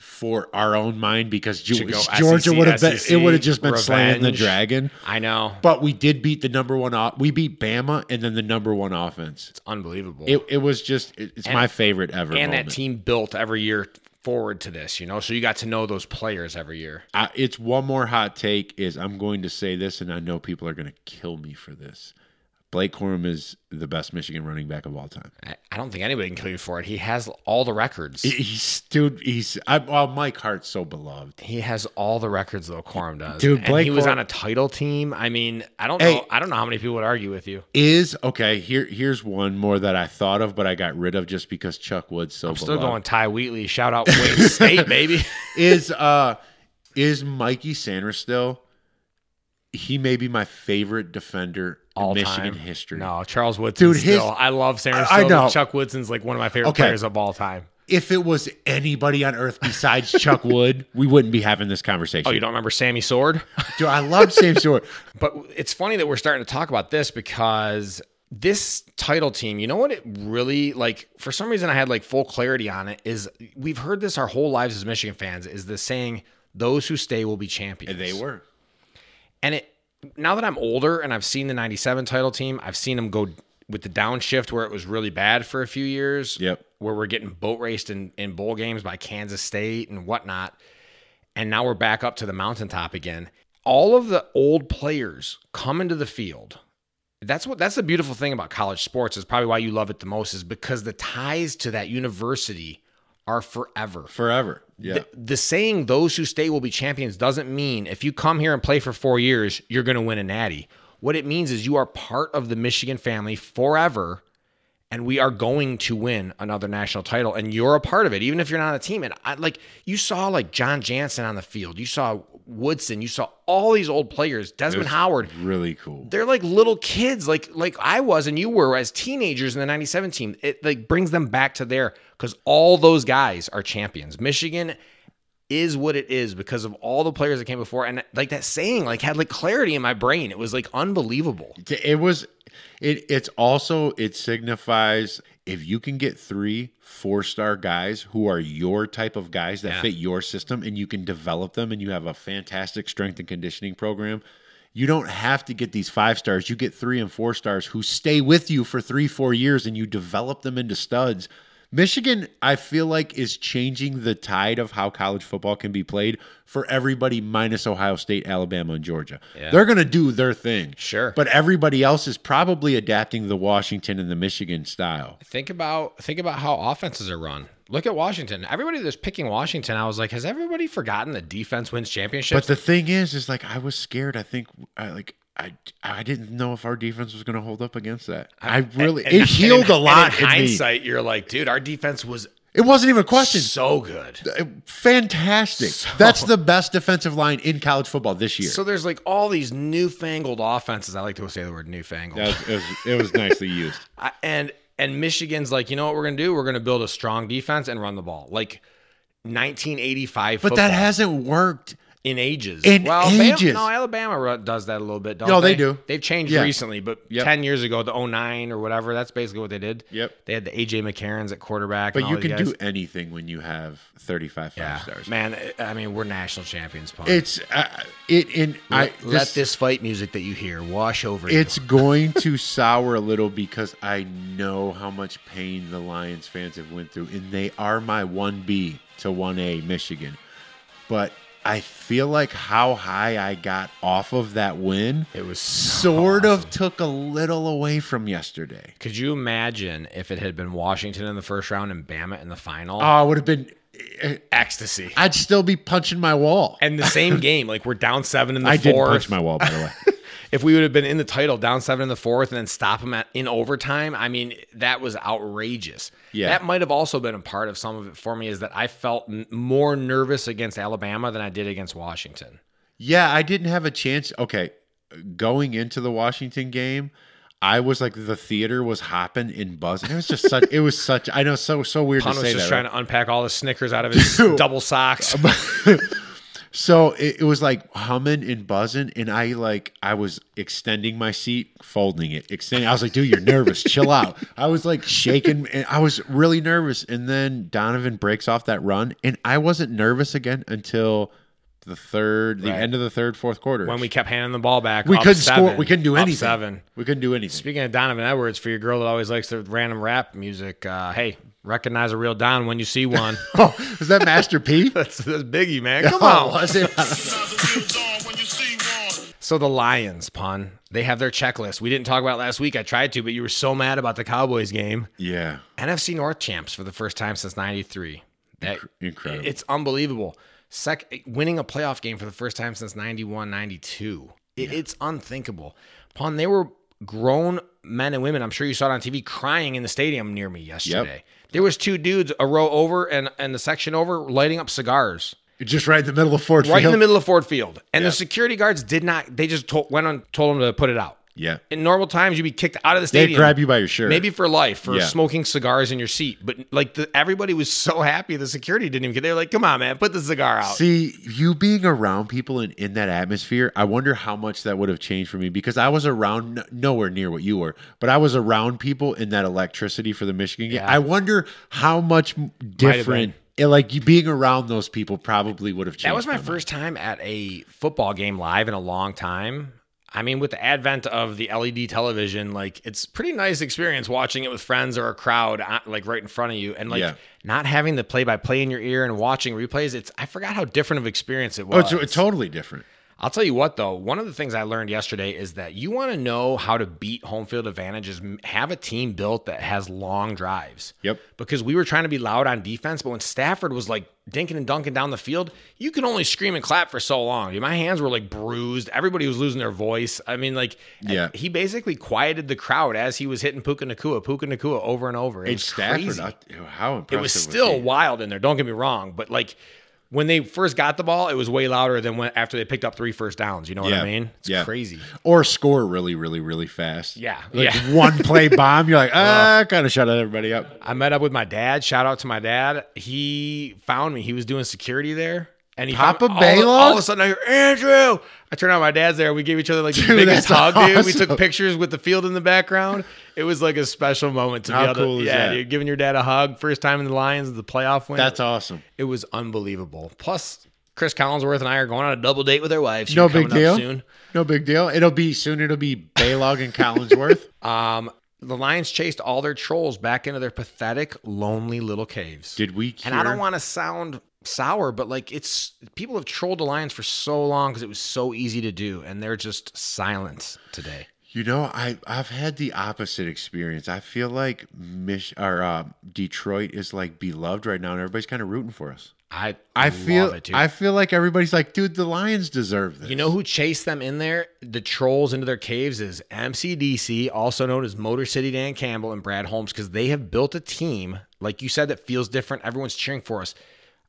S2: For our own mind, because Ge-
S3: To go E
S2: Georgia
S3: SEC,
S2: would have been, it would have just been
S3: revenge.
S2: slaying the dragon.
S3: I know.
S2: But we did beat the number one. o- We beat Bama and then the number one offense.
S3: It's unbelievable.
S2: It, it was just it- it's my favorite ever.
S3: and that
S2: moment.
S3: team built every year forward to this, you know. So you got to know those players every year.
S2: I, it's one more hot take. Is I'm going to say this, and I know people are going to kill me for this. Blake Corum is the best Michigan running back of all time.
S3: I, I don't think anybody can kill you for it. He has all the records.
S2: He's dude. He's I, well, Mike Hart's so beloved.
S3: he has all the records though. Quorum does.
S2: Dude,
S3: And
S2: Blake
S3: he was
S2: Corum-
S3: on a title team. I mean, I don't
S2: Hey.
S3: know. I don't know how many people would argue with you.
S2: Is okay. Here, here's one more that I thought of, but I got rid of just because Chuck Wood's so.
S3: Still
S2: beloved.
S3: going Ty Wheatley. Shout out Wayne State, baby.
S2: is uh is Mikey Sanders still? He may be my favorite defender
S3: All
S2: in Michigan
S3: time.
S2: history.
S3: No, Charles Woodson.
S2: Dude, his-
S3: still. I love Sam.
S2: I- I know.
S3: Chuck Woodson's like one of my favorite
S2: Okay.
S3: players of all time.
S2: If it was anybody on earth besides Chuck Wood, we wouldn't be having this conversation.
S3: Oh, you don't remember Sammy Sword?
S2: Dude, I love Sam Stewart.
S3: but it's funny that we're starting to talk about this because this title team, you know what it really like for some reason I had like full clarity on it is we've heard this our whole lives as Michigan fans is the saying those who stay will be champions.
S2: They were.
S3: And it now that I'm older and I've seen the 97 title team, I've seen them go with the downshift where it was really bad for a few years.
S2: Yep.
S3: Where we're getting boat raced in, in bowl games by Kansas State and whatnot. And now we're back up to the mountaintop again. All of the old players come into the field. That's what that's the beautiful thing about college sports is probably why you love it the most is because the ties to that university are forever
S2: Forever. Yeah.
S3: the, the saying those who stay will be champions doesn't mean if you come here and play for four years, you're going to win a natty. What it means is you are part of the Michigan family forever, and we are going to win another national title, and you're a part of it, even if you're not on the team. And I, like you saw, like John Jansen on the field, you saw Woodson, you saw all these old players, Desmond Howard.
S2: really cool.
S3: They're like little kids, like like I was and you were as teenagers in the '97 team. It like brings them back to there because all those guys are champions. Michigan is what it is because of all the players that came before, and like that saying, like had like clarity in my brain. It was like unbelievable.
S2: It was it it's also it signifies if you can get three four star guys who are your type of guys that
S3: Yeah.
S2: fit your system and you can develop them and you have a fantastic strength and conditioning program, you don't have to get these five stars. You get three and four stars who stay with you for three, four years and you develop them into studs. Michigan, I feel like, is changing the tide of how college football can be played for everybody minus Ohio State, Alabama, and Georgia. They're going to do their thing.
S3: Sure.
S2: But everybody else is probably adapting the Washington and the Michigan style.
S3: Think about think about how offenses are run. Look at Washington. Everybody that's picking Washington, I was like, has everybody forgotten that defense wins championships?
S2: But the thing is, is like I was scared. I think I like I I didn't know if our defense was going to hold up against that. I really it healed a lot.
S3: And in
S2: in me.
S3: hindsight, you're like, dude, our defense was
S2: It wasn't even a question.
S3: So good.
S2: Fantastic. That's the best defensive line in college football this year.
S3: So there's like all these newfangled offenses. I like to say the word newfangled.
S2: That was- it, was, it was nicely used.
S3: I- and and Michigan's like, you know what we're gonna do? We're gonna build a strong defense and run the ball, like 1985.
S2: But that
S3: football
S2: hasn't worked.
S3: in ages.
S2: in
S3: Bam-
S2: ages.
S3: no, Alabama ru- does that a little bit. Don't
S2: No,
S3: they?
S2: they do.
S3: They've changed
S2: Yeah.
S3: recently, but
S2: Yep.
S3: 10 years ago, the 09 or whatever, that's basically what they did.
S2: Yep.
S3: They had the AJ McCarrons at quarterback.
S2: But
S3: and
S2: you
S3: all these
S2: can
S3: guys.
S2: do anything when you have 35 five
S3: yeah.
S2: stars.
S3: Man, I- I mean, we're national champions, punk.
S2: It's uh, it in I
S3: let, let this fight music that you hear wash over you.
S2: It's going to sour a little because I know how much pain the Lions fans have went through, and they are my one B to one A Michigan. But I feel like how high I got off of that win
S3: It was
S2: sort of took a little away from yesterday.
S3: Could you imagine if it had been Washington in the first round and Bama in the final?
S2: Oh, I would have been.
S3: Ecstasy.
S2: I'd still be punching my wall.
S3: and the same game, like we're down seven in the
S2: I did punch
S3: fourth.
S2: my wall, by the way.
S3: if we would have been in the title, down seven in the fourth, and then stop them at, in overtime, I mean, that was outrageous.
S2: Yeah.
S3: That might have also been a part of some of it for me is that I felt n- more nervous against Alabama than I did against Washington.
S2: Yeah, I didn't have a chance. Okay, going into the Washington game, I was like the theater was hopping and buzzing. It was just such. It was such. I know so so weird
S3: Pun
S2: to
S3: was
S2: say
S3: just
S2: that.
S3: trying
S2: right?
S3: to unpack all the Snickers out of his double socks.
S2: So it, it was like humming and buzzing, and I like I was extending my seat, folding it, extending. I was like, "Dude, you're nervous. Chill out." I was like shaking, and I was really nervous. And then Donovan breaks off that run, and I wasn't nervous again until the third, the
S3: Right.
S2: end of the third, fourth quarter.
S3: when we kept handing the ball back,
S2: we
S3: up
S2: couldn't score,
S3: seven,
S2: we couldn't do
S3: up
S2: anything.
S3: Seven.
S2: We couldn't do anything.
S3: Speaking of Donovan Edwards, for your girl that always likes the random rap music, uh, hey, recognize a real Don when you see one.
S2: Oh, is that Master P?
S3: that's, that's Biggie, man. Come
S2: Oh,
S3: on.
S2: was it?
S3: So the Lions, pun. They have their checklist. We didn't talk about it last week. I tried to, but you were so mad about the Cowboys game.
S2: yeah,
S3: NFC North champs for the first time since '93. That
S2: incredible.
S3: It's unbelievable. Sec, winning a playoff game for the first time since 91, 92. It, It's unthinkable. Pun, they were grown men and women. I'm sure you saw it on TV crying in the stadium near me yesterday. There was two dudes a row over and, and the section over lighting up cigars
S2: just right in the middle of Ford
S3: right in
S2: Field.
S3: the middle of Ford Field. And the security guards did not, they just told, went on, told them to put it out.
S2: Yeah,
S3: In normal times, you'd be kicked out of the
S2: they
S3: stadium.
S2: grab you by your shirt.
S3: Maybe for life, for
S2: Yeah.
S3: smoking cigars in your seat. But like the, everybody was so happy, the security didn't even get. They were like, "Come on, man, put the cigar out."
S2: See, you being around people in, in that atmosphere, I wonder how much that would have changed for me because I was around n- nowhere near what you were, but I was around people in that electricity for the Michigan game.
S3: Yeah.
S2: I wonder how much m- different, it, like you being around those people probably would have changed.
S3: that was my
S2: mind.
S3: first time at a football game live in a long time. I mean, with the advent of the LED television, like it's pretty nice experience watching it with friends or a crowd, uh, like right in front of you, and like
S2: Yeah.
S3: not having the play-by-play in your ear and watching replays. It's I forgot how different of experience it
S2: Oh,
S3: was.
S2: it's, it's totally different.
S3: I'll tell you what, though, one of the things I learned yesterday is that you want to know how to beat home field advantage is m- have a team built that has long drives.
S2: Yep.
S3: Because we were trying to be loud on defense, but when Stafford was like dinking and dunking down the field, you could only scream and clap for so long. Dude, My hands were like bruised. Everybody was losing their voice. I mean, like, eh,
S2: Yeah.
S3: he basically quieted the crowd as he was hitting Puka Nakua, Puka Nakua over and over. It
S2: And
S3: was
S2: Stafford,
S3: crazy
S2: I- how impressive
S3: it was
S2: he?
S3: still wild in there. Don't get me wrong, but like when they first got the ball, it was way louder than when after they picked up three first downs. You know what
S2: Yeah.
S3: I mean? It's
S2: Yeah.
S3: crazy.
S2: or score really, really, really fast.
S3: Yeah.
S2: Like
S3: Yeah.
S2: one play bomb, you're like, ah, kind of shut everybody up.
S3: I met up with my dad. Shout out to my dad. He found me. He was doing security there. And he
S2: Papa
S3: found, all, of-
S2: Baylor?
S3: all of a sudden I hear Andrew. I turned out my dad's there. We gave each other like the biggest hug,
S2: that's
S3: dude. We took
S2: awesome.
S3: pictures with the field in the background. It was like a special moment to
S2: How
S3: be able
S2: cool
S3: to
S2: is
S3: yeah,
S2: that?
S3: dude, giving your dad a hug. First time in the Lions, the playoff win.
S2: That's awesome.
S3: It was unbelievable. Plus, Chris Collinsworth and I are going on a double date with their wives.
S2: No
S3: She's
S2: big
S3: coming up
S2: deal.
S3: Soon.
S2: No big deal. It'll be soon. It'll be Baylog and Collinsworth.
S3: Um, the Lions chased all their trolls back into their pathetic, lonely little caves.
S2: Did we? Cure?
S3: and I don't want to sound sour, but like it's people have trolled the Lions for so long because it was so easy to do, and they're just silent today.
S2: You know, I I've had the opposite experience. I feel like Mich or uh, Detroit is like beloved right now, and everybody's kind of rooting for us.
S3: I
S2: I
S3: love
S2: feel.
S3: it, dude.
S2: I feel like everybody's like, dude, the Lions deserve this.
S3: You know who chased them in there, the trolls into their caves, is MCDC, also known as Motor City Dan Campbell and Brad Holmes, because they have built a team Like you said, that feels different. Everyone's cheering for us.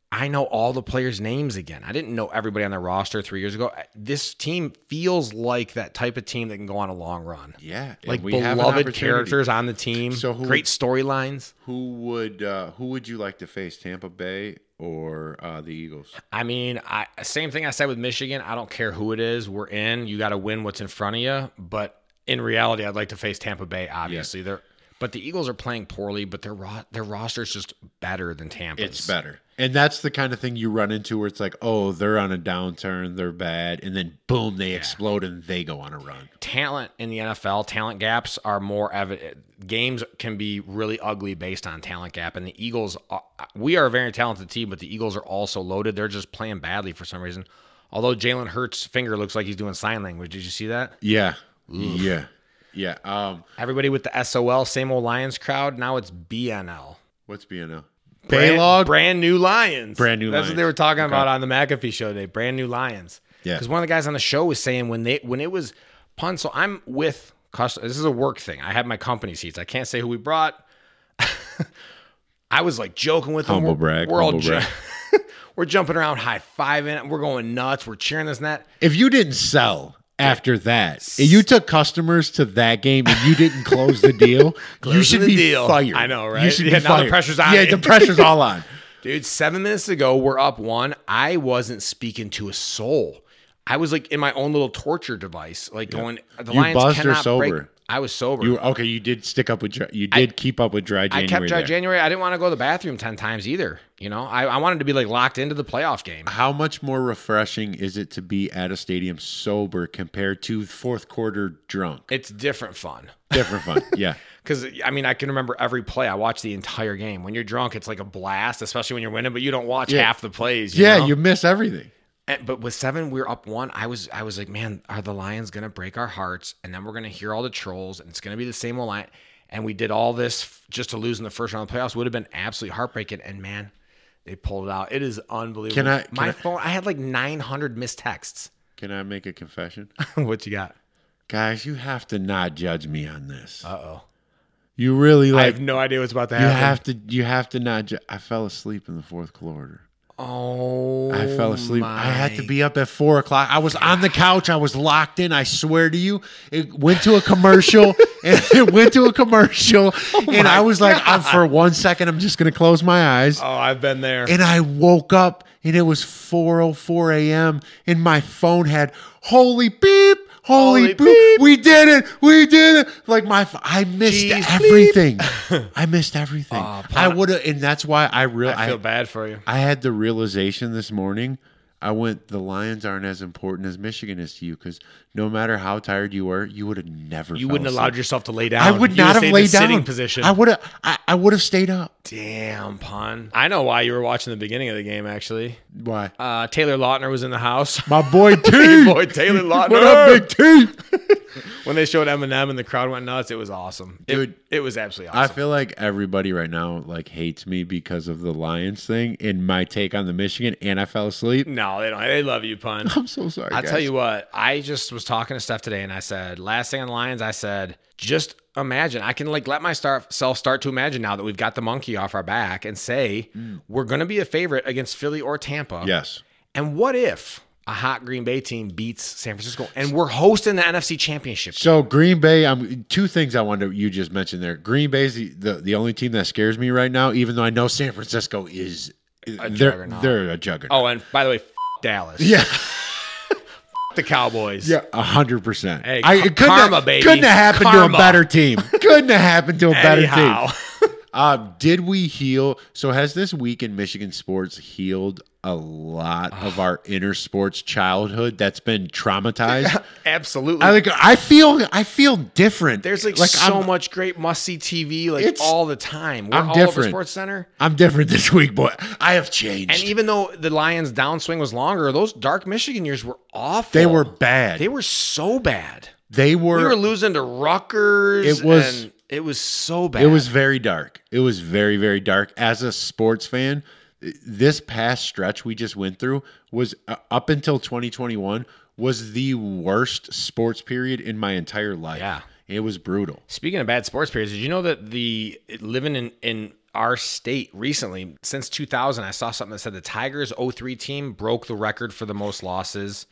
S3: I know all the players' names again. I didn't know everybody on their roster three years ago. This team feels like that type of team that can go on a long run.
S2: Yeah, and
S3: Like
S2: we have an
S3: beloved
S2: opportunity.
S3: characters on the team,
S2: So who-
S3: great storylines.
S2: Who would uh, who would you like to face? Tampa Bay or uh, the Eagles?
S3: I mean, I same thing I said with Michigan. I don't care who it is. We're in. You got to win what's in front of you. But in reality, I'd like to face Tampa Bay. Obviously, they're but the Eagles are playing poorly. But their ro- their roster is just better than Tampa's.
S2: It's better. And that's the kind of thing you run into where it's like, oh, they're on a downturn, they're bad, and then boom, they explode and they go on a run.
S3: talent in the NFL, talent gaps are more evident. Games can be really ugly based on talent gap. And the Eagles, are, we are a very talented team, but the Eagles are also loaded. They're just playing badly for some reason. Although Jalen Hurts' finger looks like he's doing sign language. Did you see that?
S2: Yeah. Yeah. Yeah. Um,
S3: Everybody with the SOL, same old Lions crowd. Now it's BNL.
S2: what's BNL?
S3: Brand-
S2: Baylog.
S3: Brand new Lions.
S2: Brand new
S3: That's what
S2: Lions.
S3: they were talking about on the McAfee show today. Brand new Lions.
S2: Yeah.
S3: Because one of the guys on the show was saying when they when it was pun. So I'm with custom. This is a work thing. I have my company seats. I can't say who we brought. I was like joking with
S2: Humble
S3: them.
S2: brag,
S3: We're all
S2: humble
S3: ju- we're jumping around, high fiving. We're going nuts. We're cheering this and that.
S2: If you didn't sell after that, if you took customers to that game and you didn't close the deal, you
S3: Closing
S2: should
S3: the
S2: be
S3: deal.
S2: fired.
S3: I know,
S2: You
S3: right?
S2: should
S3: Yeah,
S2: be
S3: now the
S2: fired.
S3: pressure's on
S2: Yeah,
S3: me.
S2: the pressure's all on.
S3: Dude, seven minutes ago, we're up one. I wasn't speaking to a soul. I was like in my own little torture device, like going. The
S2: You
S3: Lions
S2: buzzed or
S3: cannot break.
S2: sober?
S3: I was sober.
S2: You okay? You did stick up with. Dry, you did keep up with dry
S3: I
S2: January.
S3: kept dry
S2: there.
S3: January. I didn't want to go to the bathroom ten times either. You know, I, I wanted to be like locked into the playoff game.
S2: How much more refreshing is it to be at a stadium sober compared to fourth quarter drunk?
S3: It's different fun
S2: Different fun. Yeah.
S3: because I mean I can remember every play. I watched the entire game. When you're drunk, it's like a blast, especially when you're winning. But you don't watch
S2: Yeah.
S3: half the plays. You
S2: Yeah,
S3: know?
S2: you miss everything.
S3: And, but with seven, we were up one. I was, I was like, man, are the Lions gonna break our hearts? And then we're gonna hear all the trolls, and it's gonna be the same old line. And we did all this f- just to lose in the first round of the playoffs would have been absolutely heartbreaking. And man, they pulled it out. It is unbelievable.
S2: Can I- can
S3: My
S2: I-
S3: phone, I had like 900 missed texts.
S2: Can I make a confession?
S3: what you got?
S2: Guys, you have to not judge me on this.
S3: Uh oh.
S2: You really
S3: I
S2: like
S3: have no idea what's about to
S2: you
S3: happen.
S2: have to you have to not ju- I fell asleep in the fourth quarter.
S3: oh,
S2: I fell asleep. I had to be up at four o'clock. I was on the couch. I was locked in. I swear to you, it went to a commercial and it went to a commercial.
S3: Oh
S2: and I was like, I'm, for one second, I'm just going to close my eyes.
S3: Oh, I've been there.
S2: And I woke up and it was 4:04 a.m. and my phone had holy beep, holy,
S3: Holy
S2: beep, we did it, we did it. Like my, ph- I missed
S3: Jeez,
S2: everything. I missed everything.
S3: Aw,
S2: I
S3: Pana-
S2: would have, and that's why I real
S3: I
S2: I,
S3: feel bad for you.
S2: I had the realization this morning. I went, the Lions aren't as important as Michigan is to you because no matter how tired you were, you would have never.
S3: You
S2: fell
S3: wouldn't have
S2: asleep.
S3: allowed yourself to lay down.
S2: I
S3: You
S2: would
S3: would've stayed
S2: not have
S3: in
S2: laid
S3: the
S2: down.
S3: sitting position.
S2: I would have. I, I would have stayed up.
S3: Damn, pun. I know why you were watching the beginning of the game, actually.
S2: Why?
S3: Uh, Taylor Lautner was in the house.
S2: My boy T.
S3: boy, Taylor Lautner.
S2: What up, Big T?
S3: When they showed Eminem and the crowd went nuts, it was awesome. It-
S2: Dude.
S3: it, was absolutely
S2: I
S3: awesome.
S2: feel like everybody right now like hates me because of the Lions thing and my take on the Michigan, and I fell asleep.
S3: no, they don't. They love you, pun.
S2: I'm so sorry.
S3: I'll
S2: guys.
S3: tell you what, I just was talking to Steph today and I said, last thing on the Lions, I said, just imagine. I can like let myself start to imagine now that we've got the monkey off our back and say, we're going to be a favorite against Philly or Tampa.
S2: Yes.
S3: And what if a hot Green Bay team beats San Francisco and we're hosting the NFC Championship?
S2: So Green Bay, I'm two things I wanted to, you just mentioned there. Green Bay's the, the the only team that scares me right now, even though I know San Francisco is they're
S3: juggernaut.
S2: they're a juggernaut.
S3: Oh, and by the way, f- Dallas.
S2: Yeah.
S3: F- the Cowboys.
S2: Yeah, a hundred percent.
S3: Hey,
S2: I- it
S3: ca-
S2: couldn't
S3: karma,
S2: have,
S3: baby.
S2: Couldn't have happened to
S3: Karma.
S2: a better team. couldn't have happened to a better team.
S3: Anyhow.
S2: Uh, did we heal? So has this week in Michigan sports healed a lot of our inner sports childhood that's been traumatized?
S3: Absolutely.
S2: I like. I feel. I feel different.
S3: There's like, so
S2: I'm,
S3: much great must see TV like
S2: It's-
S3: all the time. We're
S2: I'm
S3: all over
S2: different.
S3: Sports Center.
S2: I'm different this week, boy. I have changed.
S3: And even though the Lions' downswing was longer, those dark Michigan years were awful.
S2: they were bad.
S3: they were so bad.
S2: They were.
S3: We were losing to Rutgers.
S2: It was-
S3: and it was so bad.
S2: it was very dark. It was very very dark. As a sports fan, this past stretch we just went through was uh, up until 2021 was the worst sports period in my entire life.
S3: Yeah.
S2: It was brutal.
S3: Speaking of bad sports periods, did you know that the living in in our state recently since 2000, I saw something that said the Tigers 03 team broke the record for the most losses,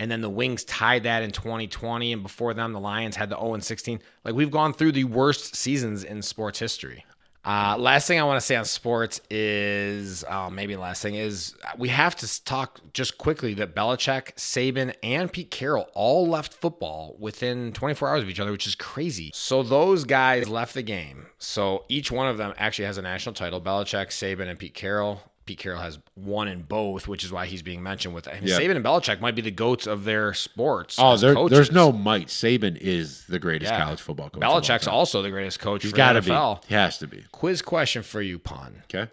S3: and then the Wings tied that in 2020, and before them the Lions had the 0 and 16. Like we've gone through the worst seasons in sports history. Uh, last thing I want to say on sports is uh, maybe last thing is uh, we have to talk just quickly that Belichick, Saban, and Pete Carroll all left football within 24 hours of each other, which is crazy. So those guys left the game. So each one of them actually has a national title: Belichick, Saban, and Pete Carroll. Pete Carroll has one in both, which is why he's being mentioned with
S2: Yeah.
S3: Saban and Belichick might be the goats of their sports.
S2: Oh,
S3: as
S2: there,
S3: coaches.
S2: there's no might. Saban is the greatest
S3: Yeah.
S2: college football coach. of all
S3: Belichick's
S2: time.
S3: also the greatest coach.
S2: He's
S3: for
S2: got to
S3: the NFL.
S2: be. He has to be.
S3: Quiz question for you, pun.
S2: Okay.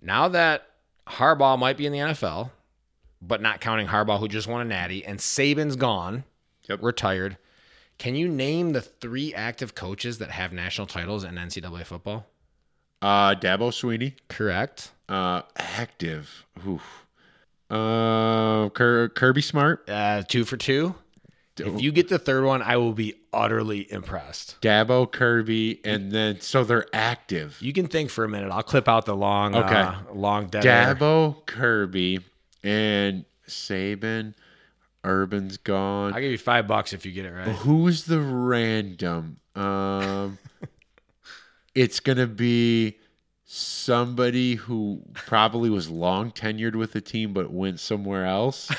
S3: Now that Harbaugh might be in the NFL, but not counting Harbaugh, who just won a natty, and Saban's gone,
S2: Yep.
S3: retired, can you name the three active coaches that have national titles in NCAA football?
S2: Uh, Dabo Sweeney,
S3: Correct.
S2: uh, active. Oof. Uh, Ker- Kirby Smart,
S3: Uh, two for two. If you get the third one, I will be utterly impressed.
S2: Dabo Kirby, and then so they're active.
S3: You can think for a minute. I'll clip out the long,
S2: Okay.
S3: uh, long dead air.
S2: Dabo Kirby and Saban. Urban's gone.
S3: I'll give you five bucks if you get it right.
S2: Who's the random? Um, it's gonna be somebody who probably was long tenured with the team but went somewhere else.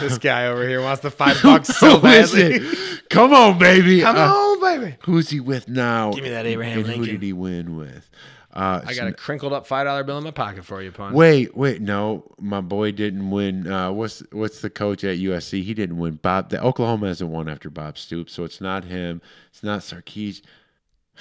S3: this guy over here wants the five bucks so
S2: who is
S3: badly.
S2: it? Come on, baby.
S3: Come
S2: Uh,
S3: on, baby.
S2: Who's he with now?
S3: Give me that Abraham
S2: and Who
S3: Lincoln.
S2: did he win with? Uh,
S3: I got a crinkled up five dollar bill in my pocket for you, pun.
S2: Wait, wait, no, my boy didn't win. Uh, what's what's the coach at USC? He didn't win. Bob, the Oklahoma hasn't won after Bob Stoops, so it's not him. It's not Sarkeesian.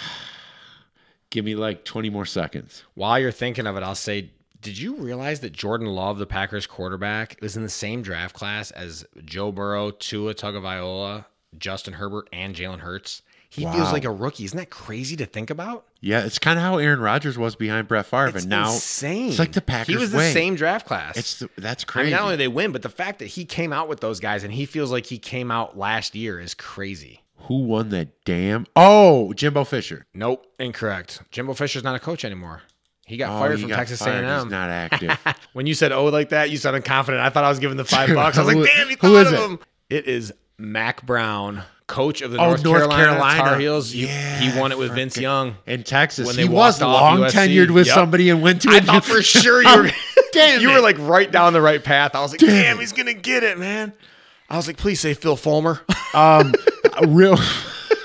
S2: Give me like twenty more seconds.
S3: While you're thinking of it, I'll say, did you realize that Jordan Love, the Packers quarterback, is in the same draft class as Joe Burrow, Tua Tagovailoa, Justin Herbert, and Jalen Hurts? He feels
S2: Wow.
S3: like a rookie. Isn't that crazy to think about?
S2: Yeah, it's kind of how Aaron Rodgers was behind Brett Favre,
S3: It's
S2: and now
S3: insane.
S2: it's like the Packers
S3: He was the
S2: way.
S3: same draft class.
S2: it's the, that's
S3: I mean,
S2: crazy.
S3: not only they win, but the fact that he came out with those guys and he feels like he came out last year is crazy.
S2: Who won that damn? Oh, Jimbo Fisher.
S3: Nope, incorrect. Jimbo Fisher's not a coach anymore. He got
S2: Oh,
S3: fired
S2: he
S3: from
S2: got
S3: Texas
S2: fired.
S3: A&M.
S2: He's not active.
S3: When you said "oh" like that, you sounded confident. I thought I was giving the five bucks. I was
S2: Who-
S3: like, "Damn, you
S2: who
S3: thought
S2: is
S3: of
S2: it?
S3: him." It is Mac Brown, coach of the
S2: Oh,
S3: North,
S2: North
S3: Carolina, Tar
S2: Carolina.
S3: Heels. He-
S2: Yeah,
S3: he won it
S2: I
S3: with Vince
S2: forget-
S3: Young.
S2: in Texas,
S3: When
S2: when
S3: they
S2: he
S3: walked
S2: was
S3: off
S2: long
S3: USC.
S2: tenured with
S3: Yep.
S2: somebody and went to.
S3: I
S2: a-
S3: thought for sure you were,
S2: Damn
S3: you
S2: it.
S3: were like right down the right path. I was like, "Damn,
S2: it.
S3: he's gonna get it, man." I was like, "Please say Phil Fulmer."
S2: Um, real.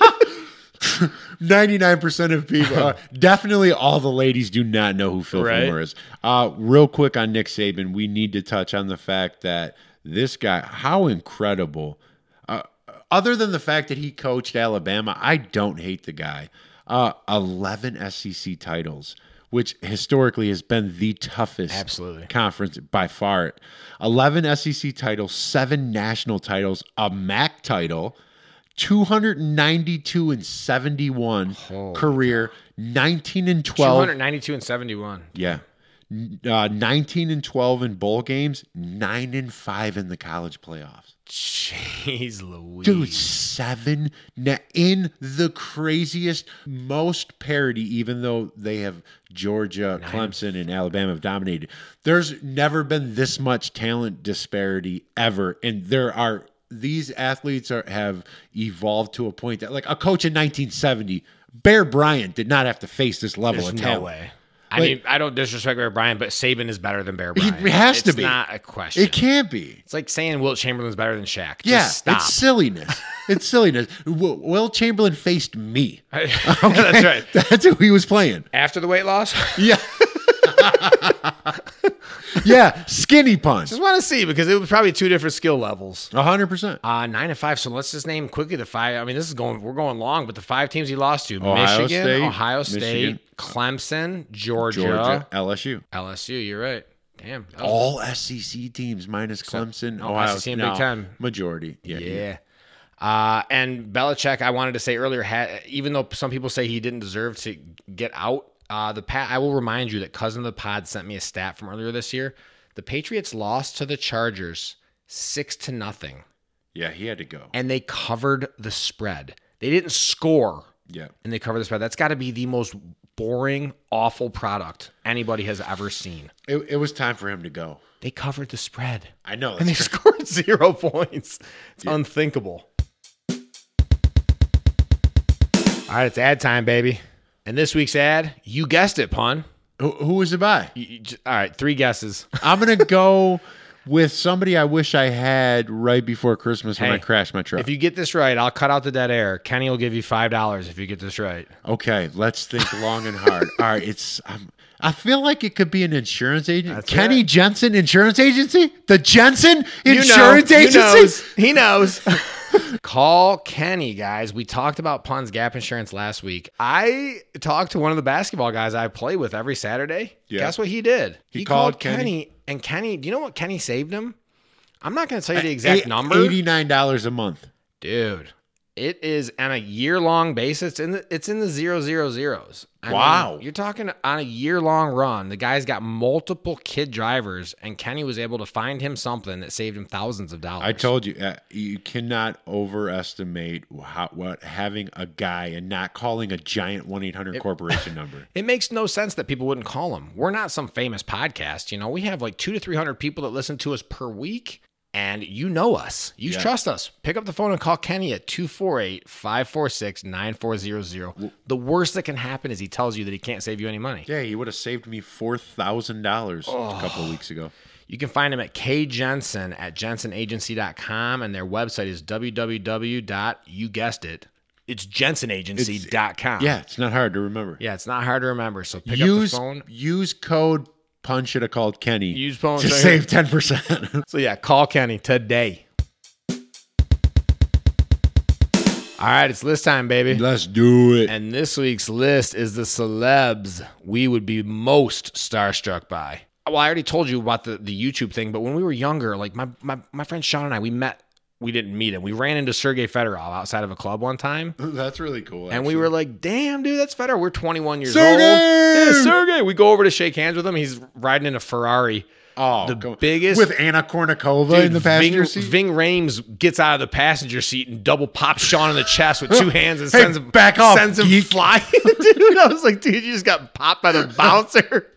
S2: Ninety-nine percent of people, uh, definitely all the ladies, do not know who Phil
S3: Right.
S2: Fulmer is. Uh, real quick on Nick Saban, we need to touch on the fact that this guy, how incredible! Uh, other than the fact that he coached Alabama, I don't hate the guy. Uh, Eleven SEC titles, which historically has been the toughest
S3: Absolutely.
S2: conference by far. 11 SEC titles, seven national titles, a MAC title, 292 and 71 career, 19 and 12.
S3: 292 and 71.
S2: Yeah. N- Uh, 19 and 12 in bowl games, 9 and 5 in the college playoffs.
S3: Jeez, Louise.
S2: Dude, seven na- in the craziest, most parity, even though they have Georgia, Clemson, and Alabama have dominated. There's never been this much talent disparity ever. And there are these athletes are have evolved to a point that like a coach in 1970, Bear Bryant did not have to face this level
S3: There's
S2: of
S3: no
S2: talent.
S3: way. I
S2: Like-
S3: mean, I don't disrespect Bear Bryant, but Saban is better than Bear Bryant.
S2: has to
S3: It's
S2: be.
S3: not a question.
S2: It can't be.
S3: It's like saying Wilt Chamberlain's better than Shaq. Just
S2: Yeah,
S3: stop.
S2: it's silliness. it's silliness. Wi- Will Chamberlain faced me.
S3: That's right.
S2: That's who he was playing.
S3: After the weight loss,
S2: Yeah. yeah, skinny punch.
S3: just want to see because it was probably two different skill levels.
S2: 100%.
S3: Uh, nine and five. So let's just name quickly the five. I mean, this is going. We're going long, but the five teams he lost to:
S2: Ohio
S3: Michigan,
S2: State,
S3: Ohio State,
S2: Michigan.
S3: Clemson, Georgia,
S2: Georgia, LSU.
S3: LSU. You're right. Damn. that was-
S2: All SEC teams minus Clemson,
S3: no,
S2: Ohio
S3: SEC
S2: State,
S3: and Big Ten.
S2: Majority. Yeah.
S3: Yeah. Uh, and Belichick, I wanted to say earlier, ha even though some people say he didn't deserve to get out, uh, the pat I will remind you that cousin of the pod sent me a stat from earlier this year. The Patriots lost to the Chargers six to nothing,
S2: Yeah, he had to go.
S3: and they covered the spread. They didn't score
S2: Yeah.
S3: and they cover this bad. That's got to be the most boring, awful product anybody has ever seen.
S2: It, it was time for him to go.
S3: They covered the spread
S2: I know.
S3: and they
S2: that's cra-
S3: scored zero points. It's unthinkable. All right, it's ad time, baby. And this week's ad, you guessed it, pun.
S2: who, who was it by?
S3: You- you j- all right, three guesses.
S2: I'm gonna go with somebody I wish I had right before Christmas when
S3: Hey,
S2: I crashed my truck.
S3: If you get this right, I'll cut out the dead air. Kenny will give you five dollars if you get this right.
S2: okay, let's think long and hard. All right, it's. I'm, I feel like it could be an insurance agent.
S3: That's
S2: Kenny
S3: it.
S2: Jensen Insurance Agency, the Jensen
S3: You know,
S2: Insurance
S3: you
S2: Agency.
S3: knows. He knows. Call Kenny, guys. We talked about Pun's Gap Insurance last week. I talked to one of the basketball guys I play with every Saturday.
S2: Yeah.
S3: Guess what he did?
S2: He called Kenny.
S3: and Kenny, do you know what Kenny saved him? I'm not going to tell you the exact
S2: Exact
S3: number,
S2: Eighty nine dollars a month.
S3: dude. It is on a year long basis, and it's in the zero zero zeros. I mean,
S2: Wow.
S3: you're talking on a year long run. The guy's got multiple kid drivers, and Kenny was able to find him something that saved him thousands of dollars.
S2: I told you, uh, you cannot overestimate how, what having a guy and not calling a giant one eight hundred corporation number.
S3: It makes no sense that people wouldn't call them. We're not some famous podcast, you know. We have like two to three hundred people that listen to us per week, and you know us. You
S2: Yeah.
S3: trust us. Pick up the phone and call Kenny at 248-546-9400. The worst that can happen is he tells you that he can't save you any money.
S2: Yeah, he would have saved me four thousand dollars a couple of weeks ago.
S3: You can find him at kjensen at jensenagency.com, and their website is www. You guessed it. It's jensenagency.com.
S2: Yeah, it's not hard to remember.
S3: Yeah, it's not hard to remember. So pick
S2: use
S3: up the phone.
S2: use code punch should have called Kenny
S3: Use phone
S2: to save ten percent.
S3: So yeah, call Kenny today. All right, it's list time, baby.
S2: Let's do it.
S3: And this week's list is the celebs we would be most starstruck by. Well, I already told you about the, the YouTube thing, but when we were younger, like my, my my friend Sean and I, we met. We didn't meet him. We ran into Sergey Fedorov outside of a club one time,
S2: That's really cool.
S3: and we were like, "Damn, dude, that's Fedor. We're 21 years
S2: Sergey!
S3: old." Yeah, Sergey. We go over to shake hands with him. He's riding in a Ferrari.
S2: oh,
S3: the
S2: come on.
S3: biggest-
S2: with Anna Kournikova in the passenger
S3: Ving,
S2: seat.
S3: Ving Rhames gets out of the passenger seat and double pops Sean in the chest with two hands and
S2: Hey,
S3: sends him
S2: back off,
S3: sends him
S2: geek.
S3: flying. dude, I was like, dude, you just got popped by the bouncer.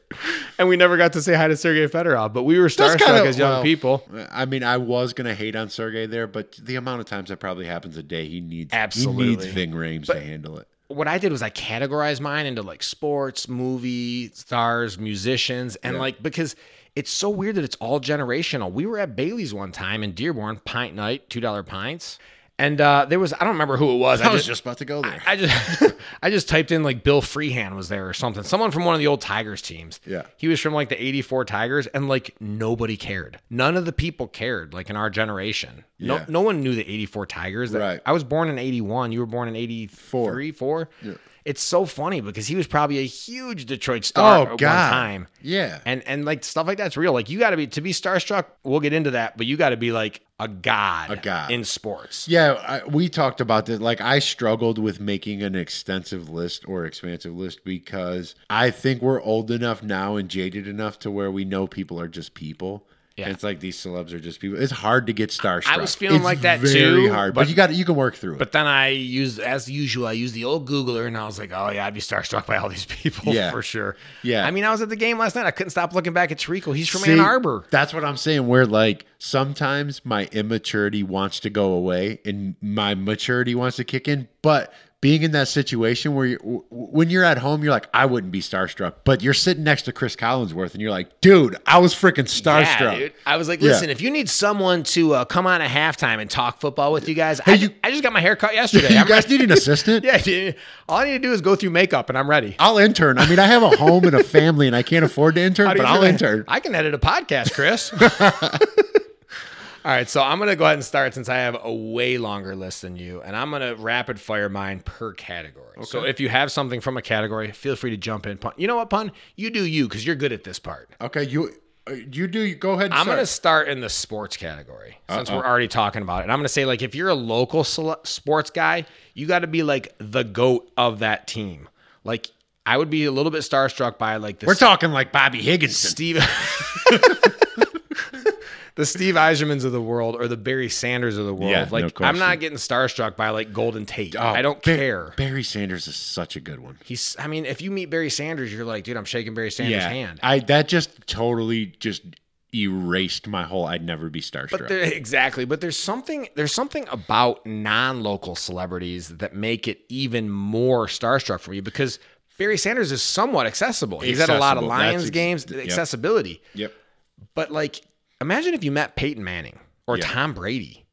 S3: and we never got to say hi to Sergey Fedorov, but we were
S2: That's
S3: starstruck
S2: kinda-
S3: as young
S2: well,
S3: people.
S2: I mean, I was gonna hate on Sergey there, but the amount of times that probably happens a day, he needs he needs
S3: Absolutely.
S2: Ving Rhames to handle it.
S3: What I did was I categorized mine into like sports, movie stars, musicians, and like because it's so weird that it's all generational. We were at Bailey's one time in Dearborn, pint night, two dollar pints, and uh, there was I don't remember who it was.
S2: I was just about to go there.
S3: I just I just typed in like Bill Freehan was there or something. Someone from one of the old Tigers teams.
S2: Yeah.
S3: He was from like the 84 Tigers and like nobody cared. None of the people cared like in our generation.
S2: Yeah.
S3: No no one knew the 84 Tigers. That-
S2: Right.
S3: I was born in 81, you were born in 83, 4. It's so funny because he was probably a huge Detroit star at
S2: oh
S3: one
S2: God!
S3: time.
S2: Yeah,
S3: And and like stuff like that's real. Like you got to be to be starstruck. We'll get into that, but you got to be like a god, a
S2: god.
S3: in sports.
S2: Yeah, I, we talked about this. Like, I struggled with making an extensive list or expansive list because I think we're old enough now and jaded enough to where we know people are just people.
S3: Yeah.
S2: And it's like these celebs are just people. It's hard to get starstruck.
S3: I was feeling
S2: It's
S3: like that
S2: very
S3: too,
S2: hard, but,
S3: but-
S2: you got you can work through it.
S3: But then I used, as usual, I used the old Googler, and I was like, "Oh yeah, I'd be starstruck by all these people
S2: Yeah.
S3: for sure."
S2: Yeah.
S3: I mean, I was at the game last night. I couldn't stop looking back at Tarico. He's from
S2: See,
S3: Ann Arbor.
S2: That's what I'm saying. Where like sometimes my immaturity wants to go away and my maturity wants to kick in, but being in that situation where you w- when you're at home, you're like, I wouldn't be starstruck, but you're sitting next to Chris Collinsworth and you're like, dude, I was freaking starstruck.
S3: Yeah, dude. I was like,
S2: Yeah.
S3: "Listen, if you need someone to uh, come on at halftime and talk football with you guys, I,
S2: you-
S3: I just got my hair cut yesterday.
S2: You
S3: I'm
S2: guys need an assistant?
S3: ready. yeah, all I need to do is go through makeup, and I'm ready."
S2: I'll intern. I mean, I have a home and a family and I can't afford to intern,
S3: How do
S2: but
S3: you
S2: I'll
S3: feel?
S2: intern.
S3: I can edit a podcast, Chris. All right, so I'm going to go ahead and start since I have a way longer list than you, and I'm going to rapid fire mine per category. So if you have something from a category, feel free to jump in. Pun, you know what, pun? You do you because you're good at this part.
S2: Okay, you uh, you do you go ahead and
S3: I'm
S2: start.
S3: going to start in the sports category since we're already talking about it. And I'm going to say like if you're a local sele- sports guy, you got to be like the goat of that team. Like I would be a little bit starstruck by like the
S2: We're talking like Bobby Higginson.
S3: Steve. the Steve Eisermans of the world or the Barry Sanders of the world.
S2: Yeah, no
S3: like I'm
S2: question.
S3: not getting starstruck by like Golden Tate.
S2: Oh,
S3: I don't
S2: Bar-
S3: care.
S2: Barry Sanders is such a good one.
S3: He's I mean, if you meet Barry Sanders, you're like, dude, I'm shaking Barry Sanders' hand.
S2: I that just totally just erased my whole I'd never be starstruck.
S3: But there, exactly, but there's something there's something about non-local celebrities that make it even more starstruck for me because Barry Sanders is somewhat accessible. He's at a lot of
S2: Accessible. That's
S3: Lions
S2: ex-
S3: games,
S2: yep.
S3: accessibility.
S2: yep.
S3: But like, imagine if you met Peyton Manning or
S2: Yeah.
S3: Tom Brady,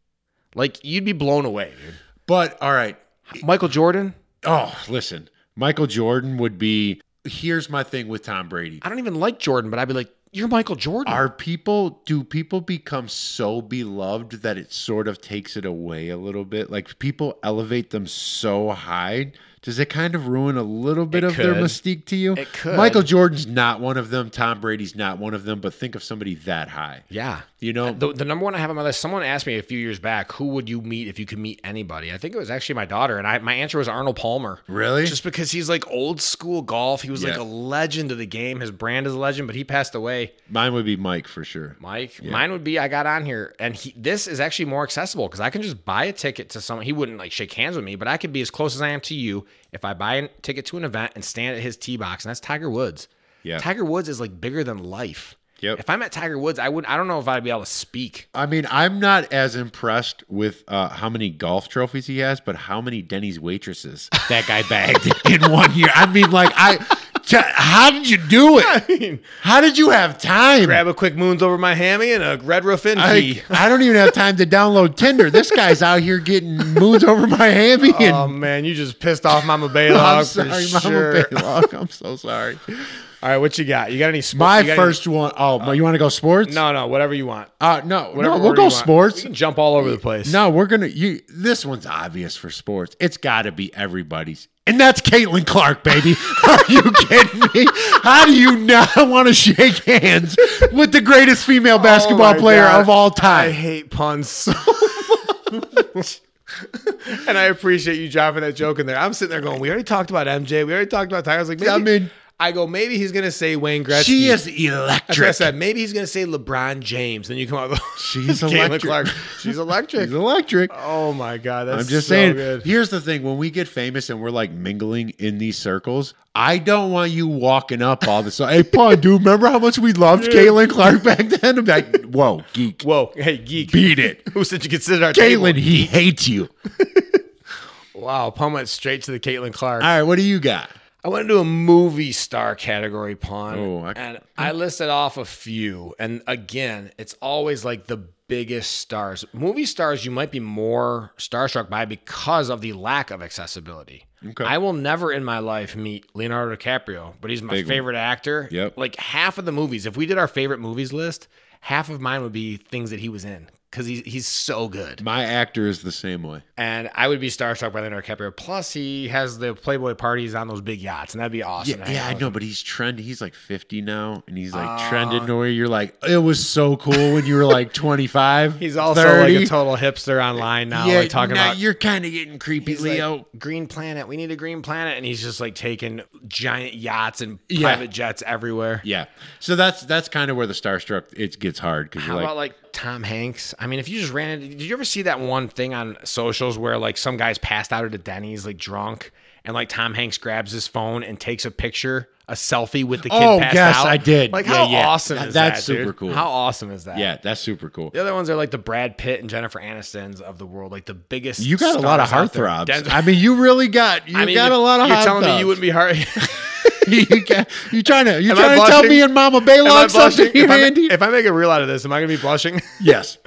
S3: like you'd be blown away, dude.
S2: But all right.
S3: Michael Jordan.
S2: Oh, listen. Michael Jordan would be here's my thing with Tom Brady.
S3: I don't even like Jordan, but I'd be like, you're Michael Jordan.
S2: Are people do people become so beloved that it sort of takes it away a little bit? Like people elevate them so high, does it kind of ruin a little bit
S3: It
S2: of their
S3: could.
S2: mystique to you?
S3: It could.
S2: Michael Jordan's not one of them. Tom Brady's not one of them. But think of somebody that high.
S3: yeah.
S2: You know,
S3: The, the number one I have on my list, someone asked me a few years back, who would you meet if you could meet anybody? I think it was actually my daughter. And I, my answer was Arnold Palmer.
S2: really?
S3: Just because he's like old school golf. He was like
S2: Yeah.
S3: a legend of the game. His brand is a legend, but he passed away.
S2: Mine would be Mike for sure.
S3: Mike, mine would be I got on here, and he, this is actually more accessible because I can just buy a ticket to someone. He wouldn't like shake hands with me, but I could be as close as I am to you if I buy a ticket to an event and stand at his tee box, and that's Tiger Woods.
S2: Yeah.
S3: Tiger Woods is like bigger than life.
S2: Yep.
S3: If I met Tiger Woods, I would. I don't know if I'd be able to speak.
S2: I mean, I'm not as impressed with uh, how many golf trophies he has, but how many Denny's waitresses that guy bagged in one year. I mean, like, I, t- how did you do it? How did you have time?
S3: Grab a quick moons over my hammy and a red roof in
S2: I, I don't even have time to download Tinder. This guy's out here getting moons over my hammy. And
S3: Oh man, you just pissed off Mama
S2: I'm
S3: Baylog
S2: sorry,
S3: for
S2: Mama
S3: sure.
S2: Balog. I'm so sorry.
S3: All right, what you got? You got any? Sp-
S2: My
S3: you got
S2: first one oh you want to go sports?
S3: Any, no, no, whatever you want.
S2: uh, no,
S3: Whatever
S2: no. We'll
S3: order
S2: go
S3: you want.
S2: sports.
S3: We can jump all over the place.
S2: No, we're gonna. You, this one's obvious for sports. It's got to be everybody's, and that's Caitlin Clark, baby. Are you kidding me? How do you not want to shake hands with the greatest female basketball
S3: Oh my
S2: player
S3: God.
S2: of all
S3: I
S2: time?
S3: hate puns so much. and I appreciate you dropping that joke in there. I'm sitting there going, we already talked about MJ. We already talked about Tyler. I was like, maybe,
S2: I mean-
S3: I go, maybe he's going to say Wayne Gretzky.
S2: she is
S3: That's what I
S2: electric.
S3: said. Maybe he's going to say LeBron James. Then you come out with
S2: She's
S3: Caitlin
S2: electric.
S3: Clark. She's electric.
S2: She's electric.
S3: oh my God. That's
S2: I'm just
S3: so
S2: saying.
S3: good.
S2: Here's the thing: when we get famous and we're like mingling in these circles, I don't want you walking up all this. hey, Paul, dude, remember how much we loved Caitlin Clark back then? I'm like, whoa, geek,
S3: Whoa. Hey, geek.
S2: beat it.
S3: Who said you could sit at our table?
S2: Caitlin, he hates you.
S3: Wow. Pun went straight to the Caitlin Clark.
S2: All right, what do you got?
S3: I want to do a movie star category pun.
S2: Oh, I-
S3: and I listed off a few. And again, it's always like the biggest stars. Movie stars you might be more starstruck by because of the lack of accessibility.
S2: Okay.
S3: I will never in my life meet Leonardo DiCaprio, but he's my
S2: Big one.
S3: favorite actor.
S2: Yep.
S3: Like half of the movies, if we did our favorite movies list, half of mine would be things that he was in because he's, he's so good
S2: My actor is the same way.
S3: and I would be starstruck by Leonardo DiCaprio. Plus, he has the Playboy parties on those big yachts, and that'd be awesome.
S2: Yeah,
S3: to
S2: yeah, I
S3: hang out
S2: know, but he's trend. He's like fifty now, and he's like
S3: Ah.
S2: trending to where you're like, it was so cool when you were like twenty five.
S3: with. He's also like a total hipster online now, like talking
S2: now
S3: about
S2: you're kind of getting creepy,
S3: he's like,
S2: Leo.
S3: Green Planet. We need a Green Planet, and he's just like taking giant yachts and
S2: Yeah.
S3: private jets everywhere.
S2: yeah, so that's that's kind of where the starstruck it gets hard because
S3: How
S2: you're like,
S3: about like Tom Hanks? I mean, if you just ran into, did you ever see that one thing on socials where like some guy's passed out at a Denny's, like drunk, and like Tom Hanks grabs his phone and takes a picture, a selfie with the kid
S2: Oh,
S3: passed
S2: yes,
S3: out?
S2: I did.
S3: Like,
S2: Yeah,
S3: how
S2: yeah.
S3: awesome
S2: That-
S3: is that?
S2: that's
S3: dude?
S2: super cool.
S3: How awesome is that?
S2: yeah, that's super cool.
S3: The other ones are like the Brad Pitt and Jennifer Anistons of the world, like the biggest.
S2: You got a lot of
S3: stars out there.
S2: heartthrobs.
S3: Denzel-
S2: I mean, you really got you
S3: I mean,
S2: got a lot of
S3: You're
S2: heartthrobs.
S3: telling me you wouldn't be heart.
S2: you got, you trying to you
S3: Am I
S2: trying to tell
S3: blushing?
S2: me and Mama
S3: Am I blushing?
S2: Baylog something here,
S3: If I,
S2: Andy?
S3: ma- if I make a reel out of this, am I going to be blushing?
S2: yes.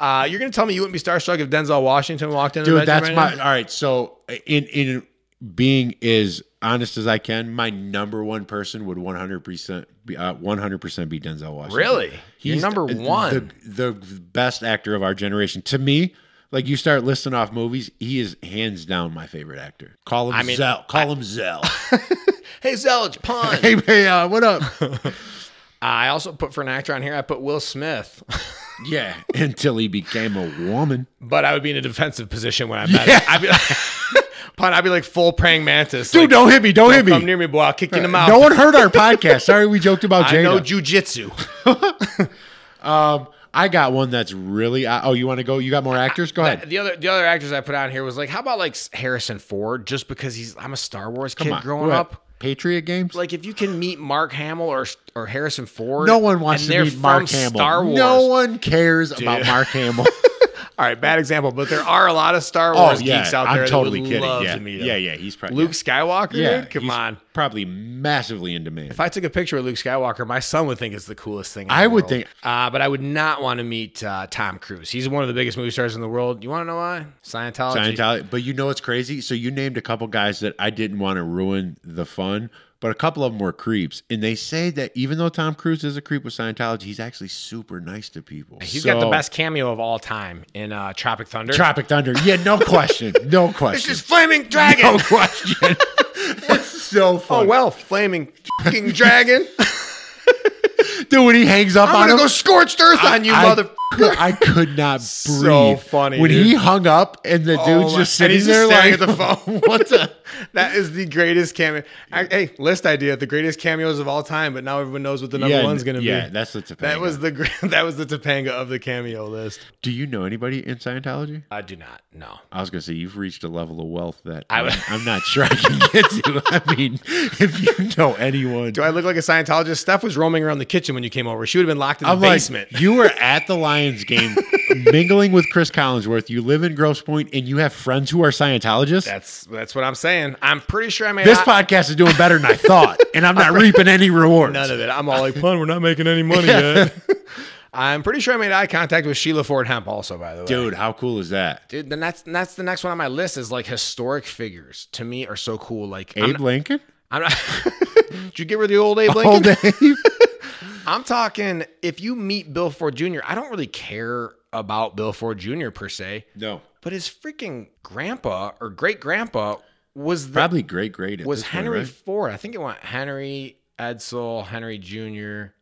S3: Uh, you're going to tell me you wouldn't be starstruck if Denzel Washington walked in?
S2: dude that's my all right so uh, in in being as honest as i can my number one person would 100% be uh, 100% be denzel washington
S3: Really? You're number
S2: the-
S3: one?
S2: the, the best actor of our generation to me like you start listing off movies he is hands down my favorite actor call him
S3: mean,
S2: zell call him zell
S3: Hey, Zelich, pun.
S2: hey hey uh, what up
S3: I also put for an actor on here, I put Will Smith,
S2: yeah until he became a woman
S3: but I would be in a defensive position when I met him. I'd be like, pun, I'd be like full praying mantis.
S2: dude
S3: like,
S2: don't hit me don't, hit
S3: come
S2: me
S3: near me, boy. I'll kick you in the mouth.
S2: no one heard our podcast sorry we joked about
S3: I know
S2: jada
S3: jujitsu.
S2: I got one that's really. Oh, you want to go? You got more actors? Go ahead.
S3: The other the other actors I put on here was like, how about like Harrison Ford? Just because he's I'm a Star Wars kid growing
S2: What?
S3: up.
S2: Patriot games.
S3: Like if you can meet Mark Hamill or or Harrison Ford,
S2: no one wants
S3: and
S2: to
S3: they're
S2: meet Mark
S3: from
S2: Hamill.
S3: Star Wars.
S2: No one cares about Mark Hamill.
S3: All right, bad example, but there are a lot of Star
S2: oh
S3: Wars
S2: yeah,
S3: geeks out
S2: I'm
S3: there.
S2: totally
S3: that would
S2: kidding.
S3: Love
S2: yeah.
S3: to meet him.
S2: yeah, yeah, he's probably
S3: Luke Skywalker.
S2: Yeah,
S3: dude? come
S2: he's
S3: on.
S2: Probably massively in demand.
S3: If I took a picture of Luke Skywalker, my son would think it's the coolest thing. In
S2: I
S3: the
S2: would
S3: world.
S2: think-
S3: uh, but I would not want to meet uh, Tom Cruise. He's one of the biggest movie stars in the world. You want to know why? Scientology.
S2: Scientology. But you know what's crazy? So you named a couple guys that I didn't want to ruin the fun, but a couple of them were creeps. And they say that even though Tom Cruise is a creep with Scientology, he's actually super nice to people.
S3: He's
S2: He's
S3: got the best cameo of all time in uh, Tropic Thunder.
S2: Tropic Thunder. Yeah, no question. No
S3: It's
S2: question.
S3: just flaming dragon.
S2: no question. It's so
S3: Oh
S2: fun.
S3: well, flaming fucking dragon.
S2: Dude, when he hangs up
S3: I'm
S2: on
S3: gonna
S2: him.
S3: go scorched earth on you,
S2: I-
S3: mother.
S2: I could not breathe.
S3: So funny,
S2: when
S3: dude.
S2: he hung up and the
S3: Oh
S2: dude's
S3: my-
S2: just
S3: and
S2: sitting
S3: he's just
S2: there
S3: staring
S2: like
S3: at the phone.
S2: what the?
S3: That is the greatest cameo. I, hey, list idea: the greatest cameos of all time. But now everyone knows what the number
S2: yeah,
S3: one's gonna
S2: yeah,
S3: be.
S2: that's the Topanga.
S3: that was the gr- that was the Topanga of the cameo list.
S2: Do you know anybody in Scientology?
S3: I do not. No.
S2: I was gonna say you've reached a level of wealth that
S3: I
S2: I
S3: would-
S2: am not sure I can get to. I mean, if you know anyone,
S3: Do I look like a Scientologist? Steph was roaming around the kitchen when you came over. She would have been locked in the
S2: I'm
S3: basement.
S2: like, you were at the Lions game, mingling with Chris Collinsworth. You live in Grosse Pointe, and you have friends who are Scientologists.
S3: that's that's what I'm saying. I'm pretty sure I made
S2: this
S3: out-
S2: podcast is doing better than I thought, and I'm not reaping any rewards.
S3: none of it. I'm all like, pun, we're not making any money yet. I'm pretty sure I made eye contact with Sheila Ford Hemp also, by the way.
S2: Dude, how cool is that?
S3: Dude, then that's that's the next one on my list is like historic figures to me are so cool. Like I'm
S2: Abe
S3: not,
S2: Lincoln?
S3: I'm not Did you get rid of the old Abe Lincoln?
S2: Old Abe?
S3: I'm talking if you meet Bill Ford Jr., I don't really care about Bill Ford Jr. per se,
S2: No.
S3: but his freaking grandpa or great grandpa was the
S2: Probably great, great. at
S3: was
S2: this point,
S3: Henry
S2: right?
S3: Ford. I think it went Henry Edsel, Henry Jr.,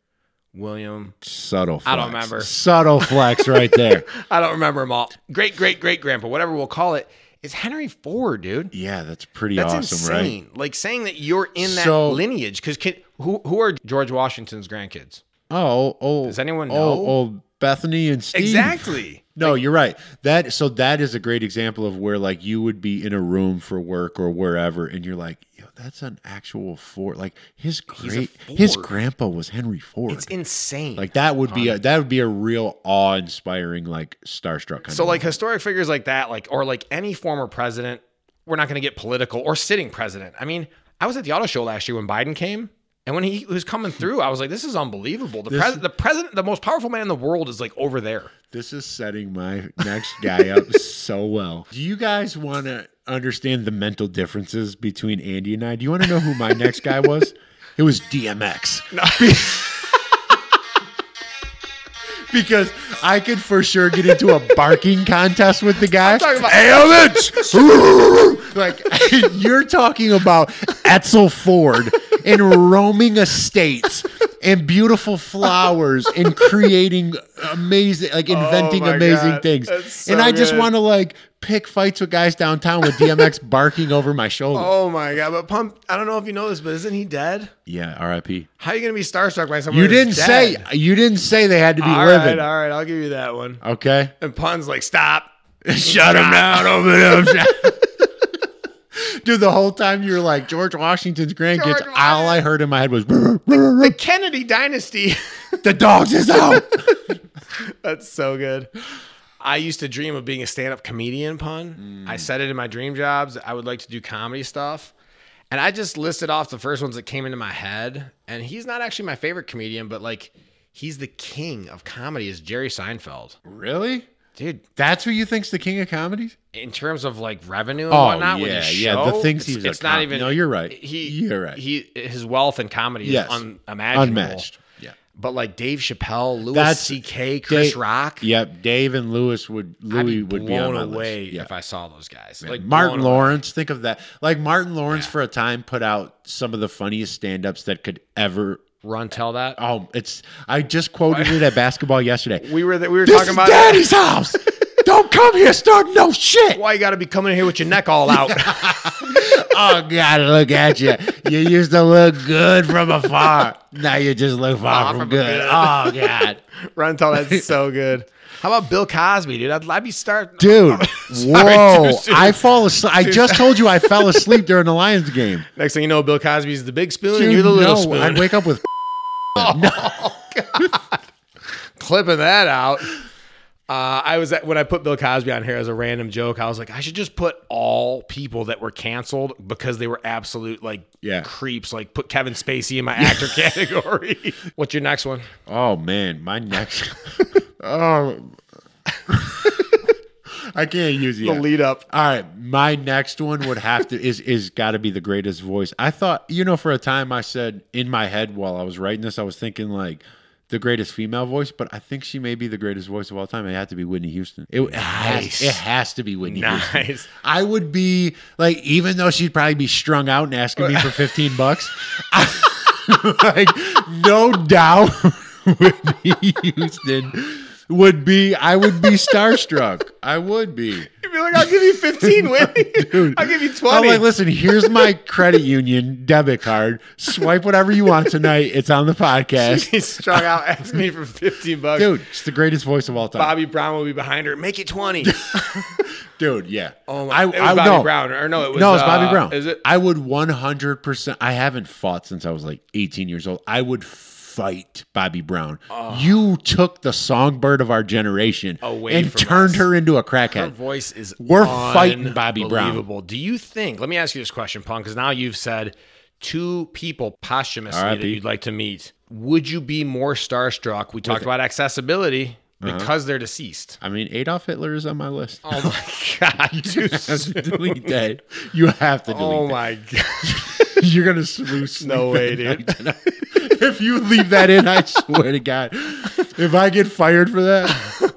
S3: William.
S2: Subtle flex.
S3: I don't remember.
S2: Subtle flex right there.
S3: I don't remember them all. Great, great, great grandpa, whatever we'll call it, is Henry Ford, dude.
S2: yeah, that's pretty
S3: That's
S2: awesome, right?
S3: insane. Like saying that you're in that
S2: So-
S3: lineage because who who are George Washington's grandkids?
S2: Oh, oh.
S3: Does anyone
S2: oh,
S3: know?
S2: Oh, Bethany and Steve.
S3: Exactly.
S2: No, you're right. That so that is a great example of where like you would be in a room for work or wherever, and you're like, yo, that's an actual Ford. Like his
S3: He's a
S2: great, his
S3: Ford.
S2: grandpa was Henry Ford.
S3: It's insane.
S2: like that would be a that would be a real awe inspiring like starstruck kind
S3: so
S2: of
S3: like historic figures like that, like or like any former president, we're not going to get political or sitting president. I mean, I was at the auto show last year when Biden came. And when he was coming through, I was like, "This is unbelievable." The,
S2: This-
S3: pres- the president, the most powerful man in the world, is like over there.
S2: This is setting my next guy up so well. Do you guys want to understand the mental differences between Andy and I? Do you want to know who my next guy was? It was DMX. because I could for sure get into a barking contest with the guy.
S3: talking about-
S2: Ailments! like you're talking about Etzel Ford and roaming estates and beautiful flowers and creating amazing, like inventing
S3: my
S2: amazing
S3: God.
S2: things.
S3: That's so
S2: and I just
S3: good.
S2: want to like pick fights with guys downtown with DMX barking over my shoulder.
S3: Oh my god! But Pump, I don't know if you know this, but isn't he dead?
S2: Yeah, RIP.
S3: How are you going to be starstruck by someone?
S2: You
S3: who's
S2: didn't
S3: dead?
S2: say you didn't say they had to be
S3: All right,
S2: living.
S3: all right, I'll give you that one.
S2: Okay.
S3: And Pun's like, stop.
S2: Shut him down over there. Dude, the whole time you were like George Washington's grandkids.
S3: George
S2: all I heard in my head was
S3: The Kennedy dynasty.
S2: the dogs is out.
S3: That's so good. I used to dream of being a stand-up comedian, Pun.
S2: Mm.
S3: I said it in my dream jobs. I would like to do comedy stuff. And I just listed off the first ones that came into my head. And he's not actually my favorite comedian, but like he's the king of comedy is Jerry Seinfeld.
S2: really?
S3: Dude,
S2: That's who you think's the king of comedies?
S3: in terms of like revenue and
S2: Oh,
S3: whatnot with
S2: yeah,
S3: his
S2: yeah,
S3: show,
S2: the things
S3: it's,
S2: he's
S3: it's not
S2: accom-
S3: even.
S2: No, you're right.
S3: He,
S2: You're right.
S3: He his wealth and comedy
S2: Yes.
S3: is unimaginable.
S2: Unmatched. Yeah.
S3: But like Dave Chappelle, Louis
S2: That's-
S3: C.K., Chris
S2: Dave-
S3: Rock,
S2: Yep. Dave and Lewis would
S3: I'd
S2: Louis
S3: be
S2: would
S3: blown
S2: be on my
S3: away
S2: list. Yeah.
S3: if I saw those guys.
S2: Like
S3: Like
S2: Martin
S3: blown away.
S2: Lawrence, think of that. Like Martin Lawrence for a time put out some of the funniest stand-ups that could ever
S3: Run, tell that.
S2: Oh, it's I just quoted it at basketball yesterday.
S3: We were we were
S2: This
S3: talking
S2: is
S3: about
S2: daddy's house. Don't come here, start no shit.
S3: why you got to be coming in here with your neck all out.
S2: oh God, look at you. You used to look good from afar. Now you just look far from, good. Oh God.
S3: Rental, that's so good. How about Bill Cosby, dude? I'd, I'd be starting.
S2: Dude,
S3: Sorry,
S2: whoa.
S3: too soon.
S2: I fall asleep. I just told you I fell asleep during the Lions game.
S3: Next thing you know, Bill Cosby's the big spoon
S2: Dude,
S3: and you're the little
S2: no,
S3: spoon.
S2: I wake up with
S3: clipping that out. Uh, I was at, when I put Bill Cosby on here as a random joke. I was like, I should just put all people that were canceled because they were absolute like
S2: Yeah.
S3: creeps. Like put Kevin Spacey in my actor category. What's your next one?
S2: Oh man, my next Oh I can't use it. yet.
S3: up.
S2: All right, my next one would have to is is got to be the greatest voice. I thought, you know, for a time I said in my head while I was writing this, I was thinking like the greatest female voice, but I think she may be the greatest voice of all time. It had to be Whitney Houston. It
S3: Nice.
S2: has, it has to be Whitney Houston.
S3: Nice.
S2: I would be like, even though she'd probably be strung out and asking me for fifteen bucks, I- like no doubt, Whitney Houston would be. I would be starstruck. I would be.
S3: You'd be like, I'll give you 15, Whitney.
S2: Dude,
S3: I'll give you
S2: I'm
S3: 20.
S2: like, listen, here's my credit union debit card. Swipe whatever you want tonight. It's on the podcast.
S3: He's strung out, asked me for 15 bucks.
S2: Dude, it's the greatest voice of all time.
S3: Bobby Brown will be behind her. Make it 20.
S2: Dude, yeah.
S3: Oh my! I, it was Bobby Brown, or no, it was
S2: no, it's
S3: uh,
S2: Bobby Brown.
S3: Is it?
S2: I would 100%. I haven't fought since I was like 18 years old. I would fight Bobby Brown. You took the songbird of our generation
S3: Oh. Away
S2: and
S3: from
S2: turned
S3: us.
S2: her into a crackhead.
S3: Her voice is
S2: We're fighting Bobby Brown.
S3: unbelievable. Do you think? Let me ask you this question, Punk, because now you've said two people posthumously that
S2: R.I.P.
S3: you'd like to meet. Would you be more starstruck? We talked about accessibility because they're deceased.
S2: I mean, Adolf Hitler is on my list.
S3: Uh-huh. Oh my god! too soon.
S2: delete that. You have to delete
S3: Oh
S2: that.
S3: my god!
S2: You're gonna lose.
S3: No way, dude.
S2: if you leave that in, I swear to God, if I get fired for that,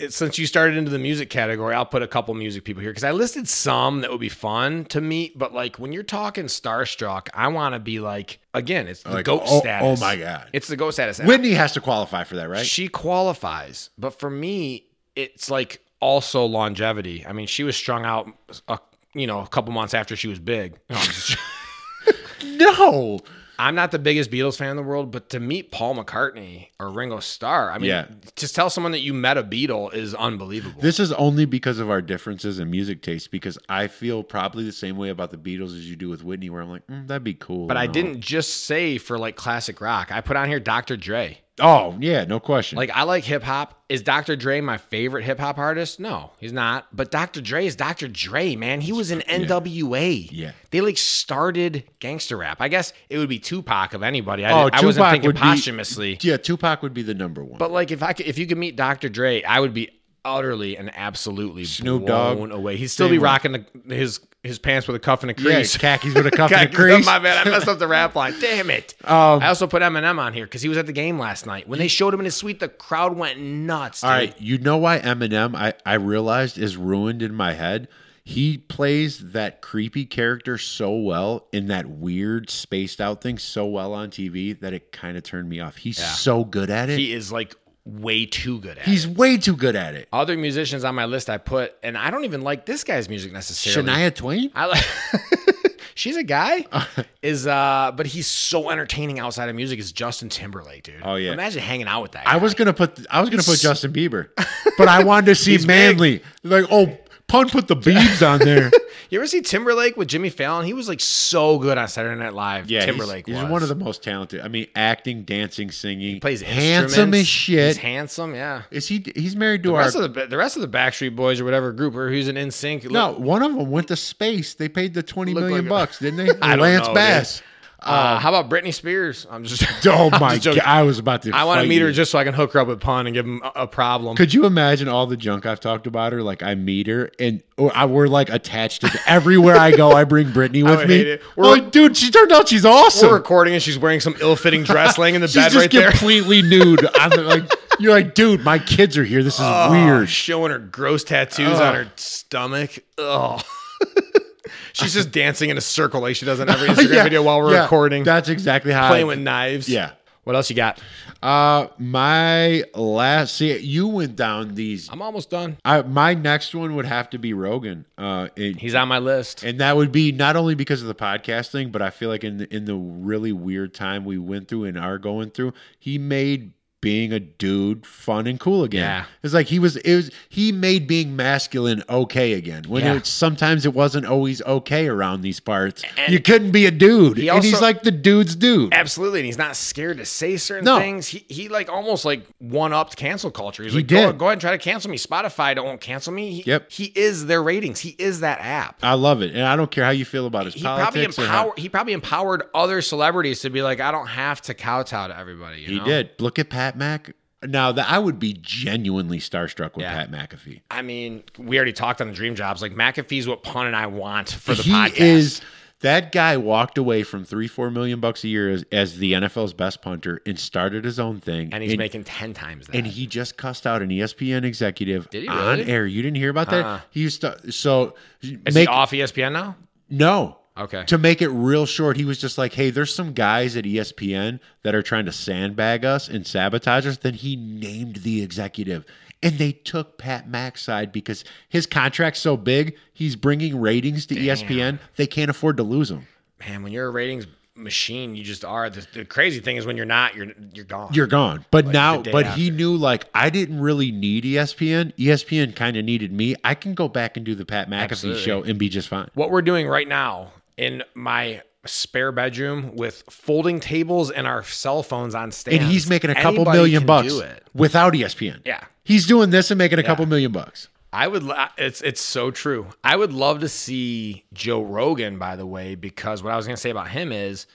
S3: It- Since you started into the music category, I'll put a couple music people here because I listed some that would be fun to meet. But like when you're talking starstruck, I want to be like again, it's the
S2: Like,
S3: goat
S2: oh-
S3: status.
S2: oh my God.
S3: it's the goat status. And
S2: Whitney has to qualify for that, right?
S3: She qualifies, but for me, it's like also longevity. I mean, she was strung out, a, you know, a couple months after she was big. No, I'm, just-
S2: No.
S3: I'm not the biggest Beatles fan in the world, but to meet Paul McCartney or Ringo Starr, I mean,
S2: Yeah.
S3: just tell someone that you met a Beatle is unbelievable.
S2: This is only because of our differences in music taste. Because I feel probably the same way about the Beatles as you do with Whitney, where I'm like, mm, that'd be cool.
S3: but I
S2: No.
S3: didn't just say for like classic rock. I put on here Dr. Dre.
S2: Oh yeah, no question.
S3: Like I like hip hop. Is Dr. Dre my favorite hip hop artist? No, he's not. But Dr. Dre is Dr. Dre, man. He was in NWA.
S2: Yeah.
S3: They like started gangster rap. I guess it would be Tupac of anybody. I,
S2: oh,
S3: I wasn't thinking
S2: be-
S3: posthumously.
S2: yeah, Tupac would be the number one.
S3: but like if I could, if you could meet Dr. Dre, I would be utterly and absolutely
S2: Snoop Dogg.
S3: blown away. He'd still
S2: Same
S3: be
S2: way.
S3: rocking the, his his pants with a cuff and a
S2: yeah,
S3: crease.
S2: khakis with a cuff
S3: God,
S2: and a crease.
S3: My bad, I messed up the rap line. Damn it.
S2: Um,
S3: I also put Eminem on here because he was at the game last night. When they showed him in his suite, the crowd went nuts.
S2: All
S3: dude.
S2: right, you know why Eminem I I realized is ruined in my head. He plays that creepy character so well in that weird spaced out thing so well on TV that it kind of turned me off. He's so good at it.
S3: He is like way too good at it.
S2: He's way too good at it.
S3: Other musicians on my list I put, and I don't even like this guy's music necessarily.
S2: Shania Twain?
S3: I like She's a guy, is uh, but he's so entertaining outside of music. Is Justin Timberlake, dude?
S2: Oh, yeah.
S3: imagine hanging out with that.
S2: I
S3: guy.
S2: was going to put I was going to put Justin Bieber. But I wanted to see
S3: He's big.
S2: Manly. Like, "Oh, Pun put the beebs on there."
S3: You ever see Timberlake with Jimmy Fallon? He was like so good on Saturday Night Live.
S2: he's-
S3: Timberlake
S2: he's,
S3: was
S2: one of the most talented. I mean, acting, dancing, singing. He
S3: plays
S2: handsome
S3: instruments.
S2: as shit.
S3: He's handsome, yeah.
S2: Is he he's married to
S3: The
S2: our
S3: rest of the the rest of the Backstreet Boys or whatever group or who's an in sync.
S2: No, one of them went to space. They paid the twenty
S3: Looked like
S2: million
S3: a-
S2: bucks, didn't they?
S3: I don't
S2: Lance
S3: know, dude.
S2: Bass.
S3: uh, how about Britney Spears? I'm just
S2: um, Oh my
S3: just joking.
S2: god! I was about to.
S3: I want to
S2: fight
S3: meet her
S2: you.
S3: just so I can hook her up with Pun and give him a, a problem.
S2: Could you imagine all the junk I've talked about her? Like I meet her, and or I, we're like attached to everywhere I go. I bring Brittany with
S3: would
S2: me.
S3: hate it.
S2: We're like, dude, she turned out she's awesome.
S3: We're recording and she's wearing some ill-fitting dress laying in the
S2: she's
S3: bed
S2: just
S3: right there.
S2: completely nude. I'm like, you're like, dude, my kids are here. This is
S3: Oh,
S2: weird.
S3: Showing her gross tattoos on her stomach. Oh. she's just dancing in a circle like she does on every Instagram
S2: Yeah,
S3: video while we're
S2: yeah,
S3: recording,
S2: That's exactly how. I-
S3: playing with knives.
S2: yeah.
S3: What else you got?
S2: Uh, my last. See, you went down these.
S3: I'm almost done.
S2: I, my next one would have to be Rogan. Uh, it,
S3: He's on my list.
S2: And that would be not only because of the podcast thing, but I feel like in the, in the really weird time we went through and are going through, he made being a dude fun and cool again.
S3: Yeah.
S2: It's like he was it was he made being masculine okay again. When
S3: Yeah.
S2: it's sometimes it wasn't always okay around these parts. you couldn't be a dude.
S3: he
S2: and he's
S3: also-
S2: like the dude's dude.
S3: Absolutely, and he's not scared to say certain
S2: No.
S3: things. He he like almost like one upped cancel culture. He's
S2: He
S3: like, go,
S2: did.
S3: go ahead and try to cancel me. Spotify don't cancel me. He,
S2: Yep.
S3: he is their ratings. He is that app.
S2: I love it. And I don't care how you feel about his
S3: he probably
S2: politics or how-
S3: empowered. He probably empowered other celebrities to be like, I don't have to kowtow to everybody. you
S2: he
S3: know?
S2: did. Look at Pat Mac. Now that I would be genuinely starstruck with
S3: Yeah.
S2: Pat McAfee.
S3: I mean, we already talked on the dream jobs. Like McAfee's what Pun and I want for the
S2: he
S3: podcast.
S2: is that guy walked away from three four million bucks a year as, as the NFL's best punter and started his own thing
S3: and he's making ten times that.
S2: and he just cussed out an E ESPN executive
S3: Did he
S2: on
S3: really?
S2: air. You didn't hear about
S3: Uh-uh.
S2: that? He used to, so
S3: is he
S2: make
S3: off E ESPN now?
S2: no
S3: Okay.
S2: to make it real short, he was just like, "Hey, there's some guys at E ESPN that are trying to sandbag us and sabotage us." Then he named the executive, and they took Pat Mack's side because his contract's so big, he's bringing ratings to E ESPN. They can't afford to lose him.
S3: Man, when you're a ratings machine, you just are. The, the crazy thing is when you're not, you're you're gone.
S2: You're gone. But now,
S3: the day
S2: but he knew like I didn't really need E ESPN. ESPN kind of needed me. I can go back and do the Pat McAfee
S3: Absolutely.
S2: show and be just fine.
S3: what we're doing right now in my spare bedroom with folding tables and our cell phones on stands.
S2: And he's making a couple
S3: Anybody
S2: million
S3: can
S2: bucks
S3: Do it.
S2: without E ESPN.
S3: Yeah.
S2: He's doing this and making a couple million bucks.
S3: I would. lo- It's it's so true. I would love to see Joe Rogan, by the way, because what I was going to say about him is,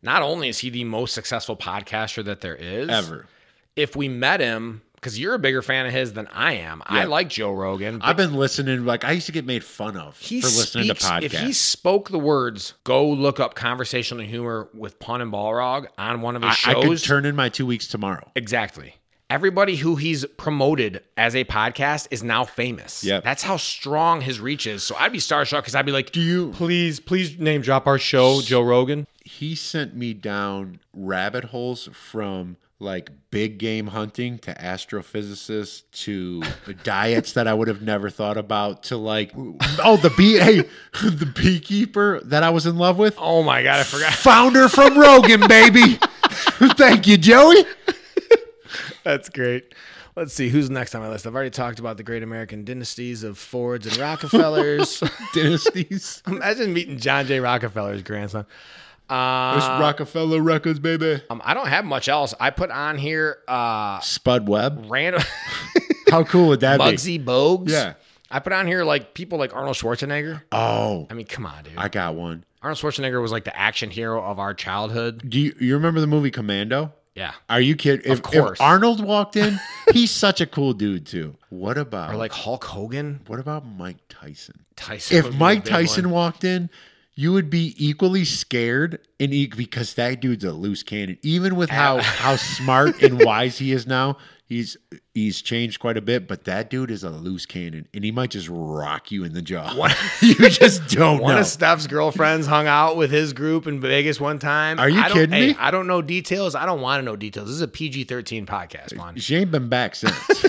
S3: not only is he the most successful podcaster that there is
S2: Ever.
S3: If we met him, because you're a bigger fan of his than I am, I like Joe Rogan. but
S2: I've been listening. Like I used to get made fun of
S3: he
S2: for listening
S3: speaks,
S2: to podcasts.
S3: If he spoke the words, "Go look up conversational humor with Pun and Balrog" on one of his
S2: I, I
S3: shows,
S2: could turn in my two weeks tomorrow.
S3: Exactly. Everybody who he's promoted as a podcast is now famous.
S2: Yep.
S3: That's how strong his reach is. So I'd be starstruck because I'd be like,
S2: Do you?
S3: please, please name drop our show, Joe Rogan.
S2: He sent me down rabbit holes from like big game hunting to astrophysicists to diets that I would have never thought about to like oh the bee hey the beekeeper that I was in love with
S3: Oh my God, I forgot.
S2: founder from Rogan baby. Thank you, Joey.
S3: That's great. Let's see who's next on my list. I've already talked about the great American dynasties of Fords and Rockefellers.
S2: Dynasties.
S3: Imagine meeting John J. Rockefeller's grandson.
S2: It's
S3: Uh,
S2: Rockefeller Records, baby.
S3: um, I don't have much else. I put on here uh,
S2: Spud Webb.
S3: random.
S2: How cool would that be?
S3: Bugsy Bogues.
S2: Yeah.
S3: I put on here like people like Arnold Schwarzenegger.
S2: Oh,
S3: I mean, come on, dude.
S2: I got one.
S3: Arnold Schwarzenegger was like the action hero of our childhood.
S2: Do you, you remember the movie Commando?
S3: Yeah.
S2: Are you kidding? If,
S3: Of course.
S2: If Arnold walked in, he's such a cool dude too. What about
S3: Or like Hulk Hogan,
S2: what about Mike Tyson?
S3: Tyson. would
S2: If
S3: be a
S2: Mike
S3: big
S2: Tyson
S3: one.
S2: walked in, you would be equally scared and e- because that dude's a loose cannon. Even with how how smart and wise he is now, he's he's changed quite a bit. But that dude is a loose cannon, and he might just rock you in the jaw. you just don't
S3: one
S2: know.
S3: of Steph's girlfriends hung out with his group in Vegas one time.
S2: Are you
S3: I don't-
S2: kidding
S3: hey,
S2: me?
S3: I don't know details. I don't want to know details. This is a PG 13 podcast, man.
S2: she ain't been back since.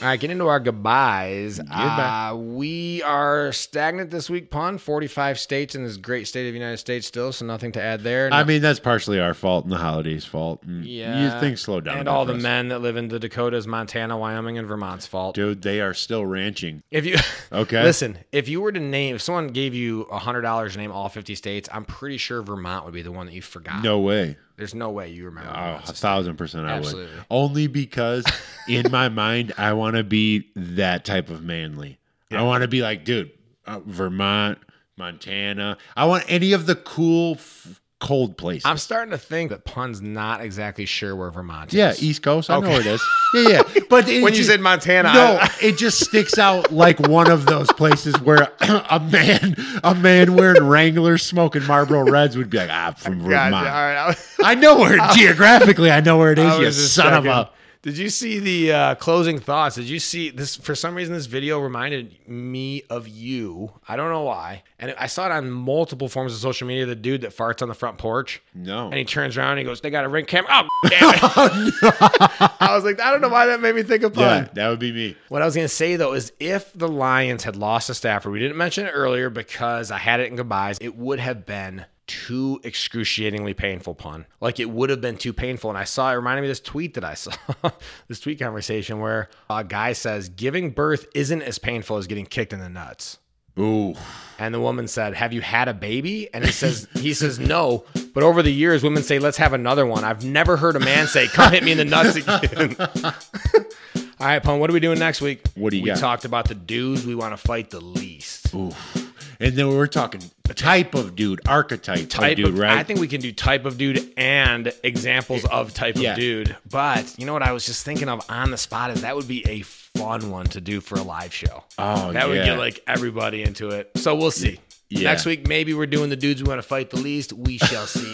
S3: All right, get into our goodbyes.
S2: Goodbye.
S3: Uh, we are stagnant this week, Pun. 45 states in this great state of the United States still, so nothing to add there.
S2: I mean, that's partially our fault and the holidays' fault. And
S3: Yeah.
S2: you think slow down.
S3: and
S2: there
S3: all
S2: for
S3: the
S2: us.
S3: men that live in the Dakotas, Montana, Wyoming, and Vermont's fault.
S2: dude, they are still ranching.
S3: If you
S2: Okay.
S3: listen, if you were to name, if someone gave you a hundred dollars to name all fifty states, I'm pretty sure Vermont would be the one that you forgot.
S2: No way.
S3: there's no way you remember.
S2: Oh,
S3: Vermont's
S2: a
S3: state.
S2: thousand percent, I
S3: Absolutely.
S2: would. Only because in my mind, I want to be that type of manly. I want to be like, dude, uh, Vermont, Montana. I want any of the cool, f- cold places.
S3: I'm starting to think that Pun's not exactly sure where Vermont is.
S2: yeah, East Coast. I know where it is. Yeah, yeah. But it
S3: when you
S2: ju-
S3: said Montana,
S2: no,
S3: I-
S2: it just sticks out like one of those places where a man, a man wearing Wranglers, smoking Marlboro Reds, would be like, "Ah, I'm from
S3: God,
S2: Vermont."
S3: all right, I was,
S2: I know where geographically, I know where it
S3: I
S2: is. You
S3: was just
S2: son of
S3: checking.
S2: a.
S3: Did you see the uh, closing thoughts? Did you see this? For some reason, this video reminded me of you. I don't know why. And I saw it on multiple forms of social media. The dude that farts on the front porch.
S2: No.
S3: And he turns around and he goes, "They got a ring camera." Oh, damn it! I was like, I don't know why that made me think of pun.
S2: Yeah, that would be me.
S3: What I was going to say though is if the Lions had lost a Stafford, we didn't mention it earlier because I had it in goodbyes, it would have been too excruciatingly painful pun. Like it would have been too painful. And I saw it reminded me of this tweet that I saw, this tweet conversation where a guy says, giving birth isn't as painful as getting kicked in the nuts.
S2: Ooh.
S3: And the woman said, Have you had a baby? And he says he says no. But over the years women say, Let's have another one. I've never heard a man say, Come hit me in the nuts again. All right, Pun, what are we doing next week?
S2: What do you
S3: we
S2: got?
S3: talked about the dudes we want to fight the least.
S2: And then we're talking type of dude, archetype type
S3: Type
S2: of dude,
S3: of,
S2: right?
S3: I think we can do type of dude and examples of type
S2: Yeah.
S3: of dude. But you know what I was just thinking of on the spot is that would be a fun one to do for a live show.
S2: Oh,
S3: that would
S2: yeah.
S3: get like everybody into it. So we'll see.
S2: Yeah.
S3: Next week, maybe we're doing the dudes we want to fight the least. We shall see.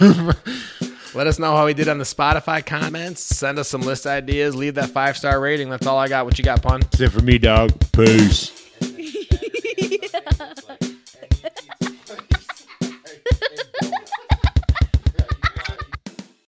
S3: Let us know how we did on the Spotify comments. Send us some list ideas. Leave that five star rating. That's all I got. What you got, pun?
S2: That's it for me, dog. Peace.